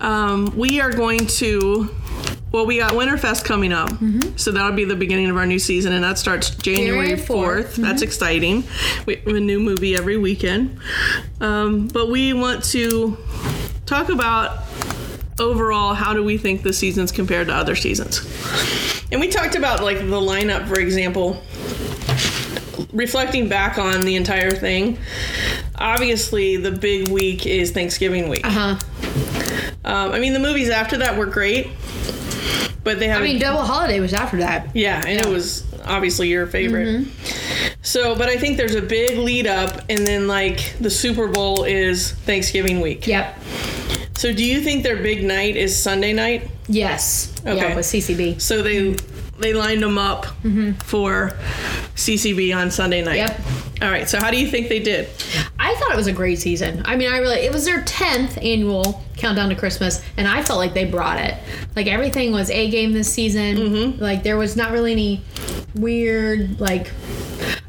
Um, we are going to. Well, we got Winterfest coming up, so that'll be the beginning of our new season, and that starts January January 4th. 4th. That's exciting. We have a new movie every weekend. Um, but we want to talk about overall how do we think the seasons compared to other seasons. And we talked about like the lineup, for example. Reflecting back on the entire thing, obviously the big week is Thanksgiving week. Uh huh. Um, I mean, the movies after that were great, but they I haven't. mean, double holiday was after that. yeah, and it was obviously your favorite. Mm-hmm. So, but I think there's a big lead up, and then like the Super Bowl is Thanksgiving week. Yep. So, do you think their big night is Sunday night? Yes. Yeah, Okay. with CCB. So they they lined them up for CCB on Sunday night. Mm-hmm. Yep. All right. So, how do you think they did? I thought it was a great season. I mean, I really it was their 10th annual countdown to Christmas and I felt like they brought it. Like everything was A game this season. Like there was not really any weird like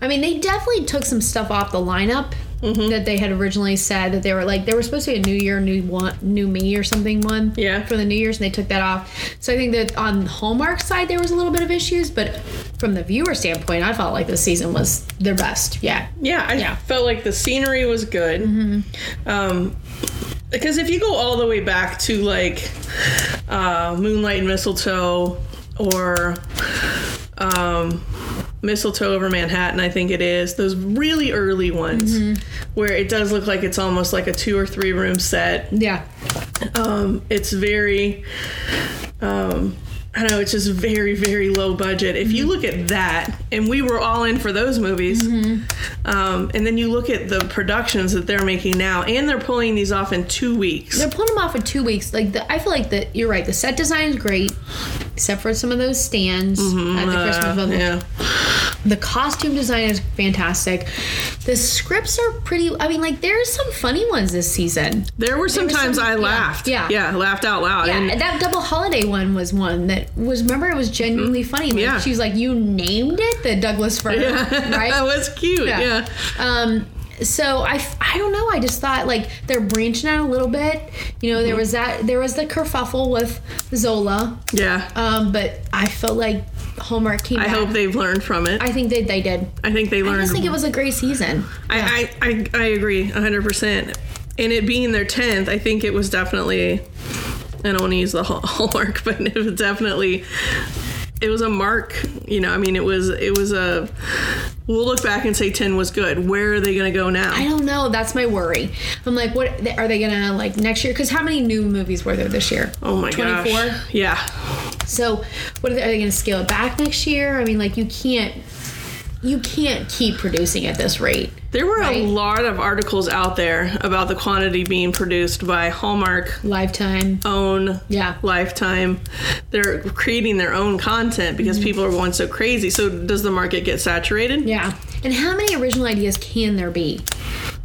I mean, they definitely took some stuff off the lineup. That they had originally said that they were like they were supposed to be a new year, new one, new me or something one Yeah. for the New Year's, and they took that off. So I think that on Hallmark side there was a little bit of issues, but from the viewer standpoint, I felt like this season was their best. Yeah, Yeah, I Yeah. felt like the scenery was good. Um, because if you go all the way back to like uh, Moonlight and Mistletoe or um, Mistletoe over Manhattan, I think it is, those really early ones where it does look like it's almost like a two or three room set. yeah, Um, it's very. Um, I don't know it's just very, very low budget. If you look at that, and we were all in for those movies, um, and then you look at the productions that they're making now, and they're pulling these off in two weeks. They're pulling them off in two weeks. Like the, I feel like that you're right. The set design is great, except for some of those stands at the Christmas Uh, bubble. yeah. The costume design is fantastic. The scripts are pretty. I mean, like there's some funny ones this season. There were some were times some- I yeah, laughed. yeah. Yeah, laughed out loud. Yeah, And and that double holiday one was one that was. Remember, it was genuinely funny. Like, Mm-hmm. Yeah. she's like, "You named it the Douglas fir, yeah. right?" that was cute. Yeah. Um, so I, f- I don't know. I just thought like they're branching out a little bit. You know, there Mm-hmm. was that there was the kerfuffle with Zola, Yeah. um, but I felt like Hallmark came. I back. hope they've learned from it. I, I think they they did. think they I learned. just think it was a great season. I, I, I, I agree 100%. And it being their 10th, I think it was definitely, I don't want to use the hall- hallmark, but it was definitely, it was a mark. You know, I mean, it was, it was a, we'll look back and say 10 was good. Where are they going to go now? I don't know. That's my worry. I'm like, what are they gonna like next year? Because how many new movies were there this year? oh my 24? gosh. Yeah. So, what are they, are they going to scale it back next year? I mean, like you can't, you can't keep producing at this rate. There were Right. a lot of articles out there about the quantity being produced by Hallmark Lifetime, own yeah. lifetime. They're creating their own content because people are going so crazy. So does the market get saturated? Mm-hmm. Yeah. And how many original ideas can there be?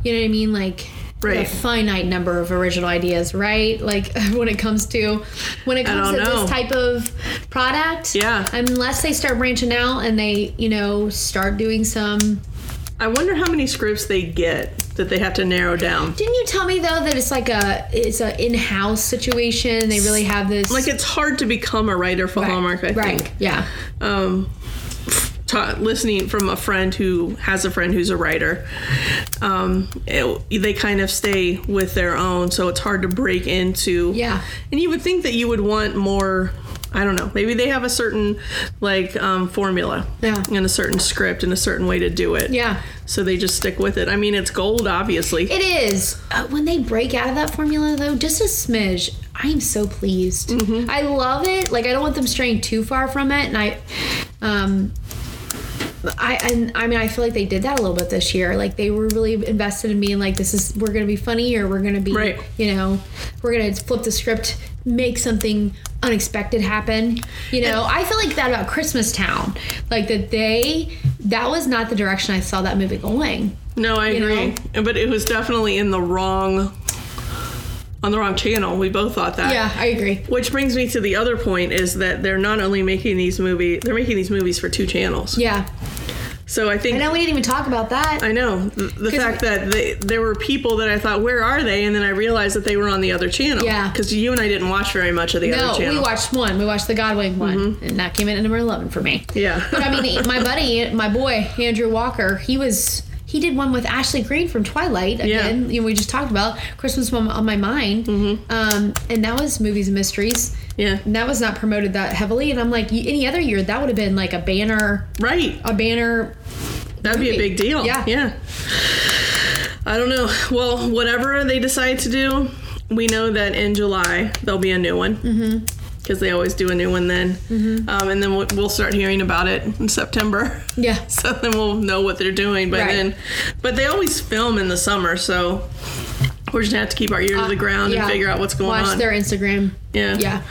You know what I mean? Like a Right. finite number of original ideas, right? Like when it comes to when it comes don't to know. this type of product. Yeah. Unless they start branching out and they, you know, start doing some I wonder how many scripts they get that they have to narrow down. Didn't you tell me though that it's like a it's an in-house situation? They really have this Like it's hard to become a writer for Hallmark, I right. think. Yeah. um, ta listening from a friend who has a friend who's a writer, um, it, they kind of stay with their own, so it's hard to break into. Yeah. And you would think that you would want more. I don't know. Maybe they have a certain like um, formula Yeah. and a certain script and a certain way to do it. Yeah. So they just stick with it. I mean, it's gold, obviously. It is. Uh, when they break out of that formula, though, just a smidge, I am so pleased. I love it. Like I don't want them straying too far from it, and I, um, I and I mean I feel like they did that a little bit this year. Like they were really invested in being like, this is we're gonna be funny or we're gonna be, Right. you know, we're gonna flip the script, make something unexpected happen. You know, I feel like that about Christmas Town. Like that they. That was not the direction I saw that movie going. No, I agree. know? But it was definitely in the wrong on the wrong channel. We both thought that. Yeah, I agree. Which brings me to the other point is that they're not only making these movie they're making these movies for two channels. Yeah. So I think I know we didn't even talk about that. I know the, the 'Cause- fact that they, there were people that I thought where are they and then I realized that they were on the other channel. Yeah. Because you and I didn't watch very much of the no, other channel. Mm-hmm. we watched one. We watched the Godwin one, and that came in at number eleven for me. Yeah. But I mean, my buddy, my boy Andrew Walker, he was he did one with Ashley Green from Twilight again. You know, we just talked about Christmas on, on my mind, Mm-hmm. um, and that was movies and mysteries. Yeah. And that was not promoted that heavily, and I'm like, y- any other year that would have been like a banner, Right. a banner. That'd be a movie. big deal. Yeah. Yeah. I don't know. Well, whatever they decide to do, we know that in July there'll be a new one. Mm-hmm. Because they always do a new one then. Mm-hmm. Um, and then we'll, we'll start hearing about it in September. Yeah. So then we'll know what they're doing. But Right. then, but they always film in the summer. So we're just going to have to keep our ear to the ground Uh, Yeah. and figure out what's going Watch on. their Instagram. yeah. Yeah.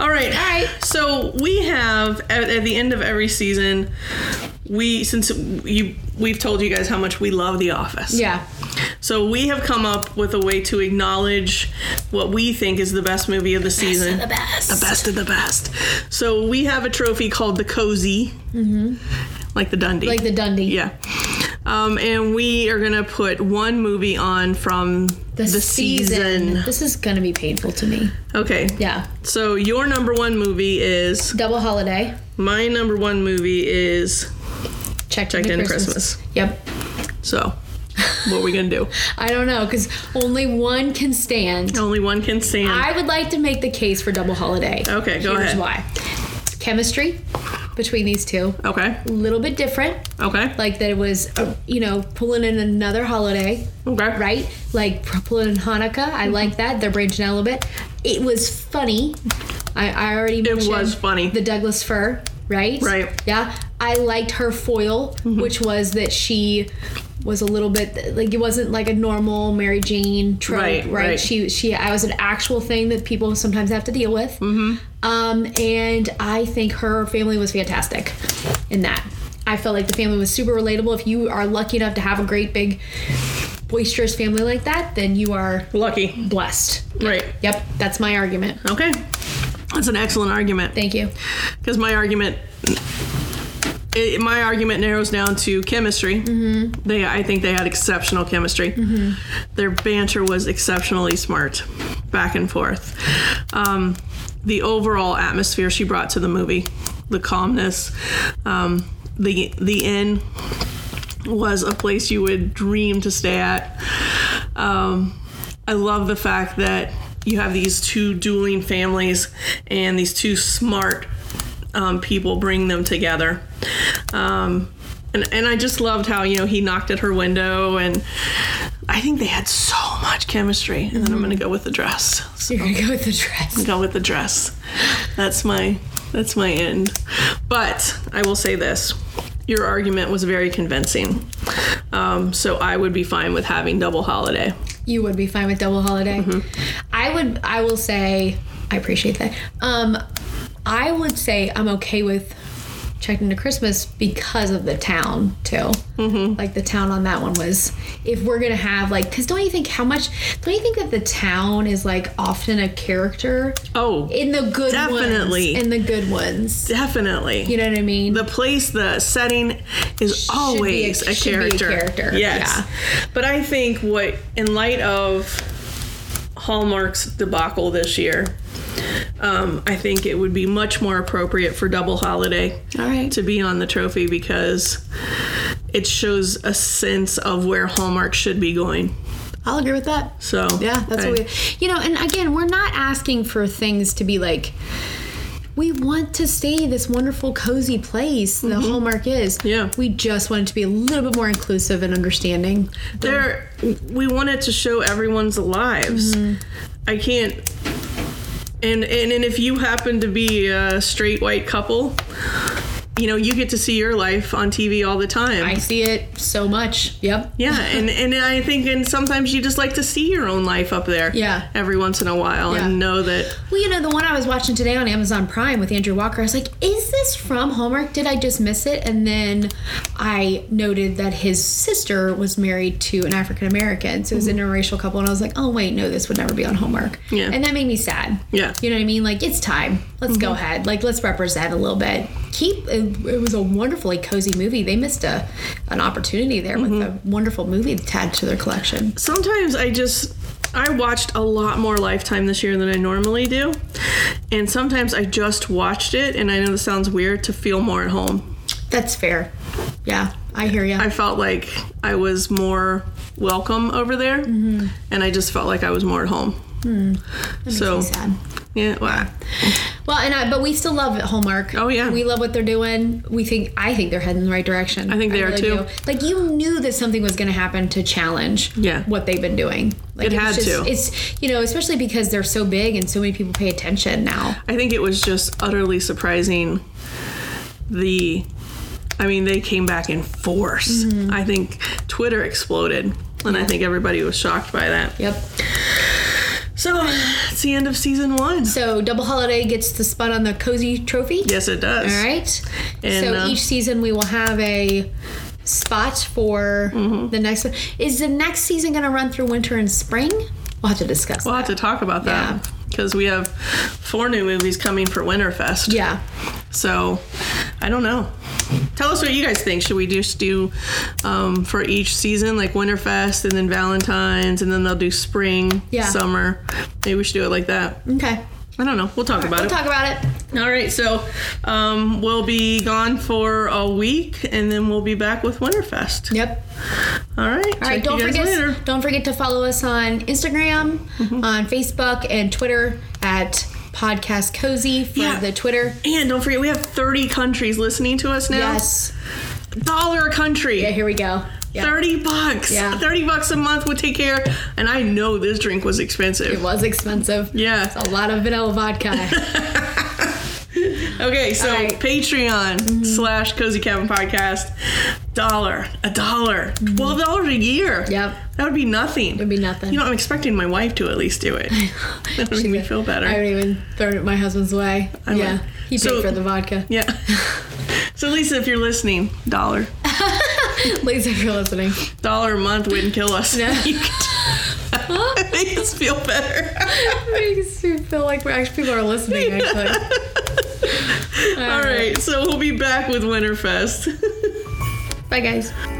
All right. All right. So we have at, at the end of every season, we since you we've told you guys how much we love The Office. Yeah. So we have come up with a way to acknowledge what we think is the best movie of the season. The best. The best of the best. So we have a trophy called the Cozy, mm-hmm. like the Dundee. Like the Dundee. yeah. Um, and we are gonna put one movie on from the, season. This is gonna be painful to me. Okay. Yeah. So your number one movie is Double holiday. My number one movie is Checked, Checked into in Christmas. Yep. so. What are we gonna do? I don't know because only one can stand. Only one can stand. I would like to make the case for double holiday. Okay, go Here's ahead. why. Chemistry between these two, okay. a little bit different. Okay. Like that it was, uh, you know, pulling in another holiday, okay. right? Like pulling in Hanukkah. Mm-hmm. I like that. They're branching out a little bit. It was funny. I, I already mentioned was funny. The Douglas fir, right? Right. Mm-hmm. Yeah. I liked her foil, which was that she was a little bit like it wasn't like a normal Mary Jane trope, right? Right, right. She she I was an actual thing that people sometimes have to deal with. Mm-hmm. Um, and I think her family was fantastic in that. I I felt like the family was super relatable. If you are lucky enough to have a great big boisterous family like that, then you are Lucky. blessed. Right. Yep, that's my argument. Okay. That's an excellent argument. Thank you. Because my argument. It, my argument narrows down to chemistry. Mm-hmm. They, I think, they had exceptional chemistry. Their banter was exceptionally smart, back and forth. Um, the overall atmosphere she brought to the movie, the calmness, um, the the inn was a place you would dream to stay at. Um, I love the fact that you have these two dueling families and these two smart um, people bring them together. Um, and, and I just loved how, you know, he knocked at her window and I think they had so much chemistry. And then I'm going to go with the dress. So You're gonna go with the dress. go with the dress. That's my that's my end. But I will say this: your argument was very convincing. Um, so I would be fine with having double holiday. You would be fine with double holiday. Mm-hmm. I would. I will say. I appreciate that. Um, I would say I'm okay with checking into Christmas because of the town too. Mm-hmm. Like the town on that one was. If we're gonna have like, because don't you think how much? Don't you think that the town is like often a character Oh, in the good Definitely. ones, in the good ones. definitely. You know what I mean? the place, the setting is be a- always a, should be a character. character, Yes. yeah. But I think what, in light of Hallmark's debacle this year, um, I think it would be much more appropriate for double holiday All right. to be on the trophy because it shows a sense of where Hallmark should be going. I'll agree with that. So Yeah, that's I- what we, you know, and again, we're not asking for things to be like, we want to stay this wonderful, cozy place the Hallmark is. Yeah. We just want it to be a little bit more inclusive and understanding. there we wanted to show everyone's lives Mm-hmm. i can't and, and and if you happen to be a straight white couple you know you get to see your life on tv all the time I see it so much. Yep. yeah and and i think and sometimes you just like to see your own life up there Yeah. every once in a while Yeah. and know that Well, you know, the one I was watching today on Amazon Prime with Andrew Walker, I was like, is this from Hallmark? Did I just miss it? And then I noted that his sister was married to an African American. So it was an interracial couple. And I was like, oh, wait, no, this would never be on Hallmark. Mm-hmm. Yeah. And that made me sad. Yeah. Mm-hmm. You know what I mean? Like, it's time. Let's go ahead. Like, let's represent a little bit. Keep it, it was a wonderfully cozy movie. They missed a an opportunity there with a Mm-hmm. wonderful movie to add to their collection. sometimes I just I watched a lot more Lifetime this year than I normally do, and sometimes I just watched it, and I know this sounds weird to feel more at home. That's fair. Yeah, I hear you. I felt like I was more welcome over there, Mm-hmm. and I just felt like I was more at home. Hmm. So sad. yeah, wow. Well, and I, but we still love Hallmark. Oh, yeah. we love what they're doing. We think I think they're heading in the right direction. I think they are, do. too. Like you knew that something was going to happen to challenge Yeah. what they've been doing. Like It was had just- to. It's you know especially because they're so big and so many people pay attention now. I think it was just utterly surprising. The, I mean, they came back in force. Mm-hmm. I think Twitter exploded, and I think everybody was shocked by that. Yep. So it's the end of season one. So double holiday gets the spot on the cozy trophy. Yes, it does. All right. And, so uh, each season we will have a spot for Mm-hmm. the next one. Is the next season going to run through winter and spring? We'll have to discuss. We'll have to talk about that Yeah. because we have four new movies coming for Winterfest. Yeah. So I don't know. Tell us what you guys think. Should we just do um, for each season, like Winterfest and then Valentine's, and then they'll do spring, Yeah. summer? Maybe we should do it like that. Okay. I don't know. We'll talk about We'll it. talk about it. All right. So um, we'll be gone for a week, and then we'll be back with Winterfest. Yep. All right. All right. Don't forget. Don't forget to follow us on Instagram, Mm-hmm. on Facebook, and Twitter at Podcast Cozy for Yeah. the Twitter. And don't forget, we have 30 countries listening to us now. Yes. dollar a country. Yeah. Here we go. Yeah. 30 bucks. Yeah. 30 bucks a month would take care. And I know this drink was It expensive. was expensive. Yeah. It's a lot of vanilla vodka. Okay, so All right. Mm-hmm. Patreon slash Cozy Cabin Podcast. Dollar. A dollar. $12 dollars a year. Mm-hmm. Yep. That would be nothing. It'd be nothing. You know, I'm expecting my wife to at least do it. That would make me feel better. I would even throw it my husband's way. yeah. like- he paid So- for the vodka. yeah. So Lisa, if you're listening, dollar, Lisa, if you're listening, dollar a month wouldn't kill us. No. You could- Make us feel better. makes me feel like we're actually people are listening. Actually, All right, so we'll be back with Winterfest. bye guys.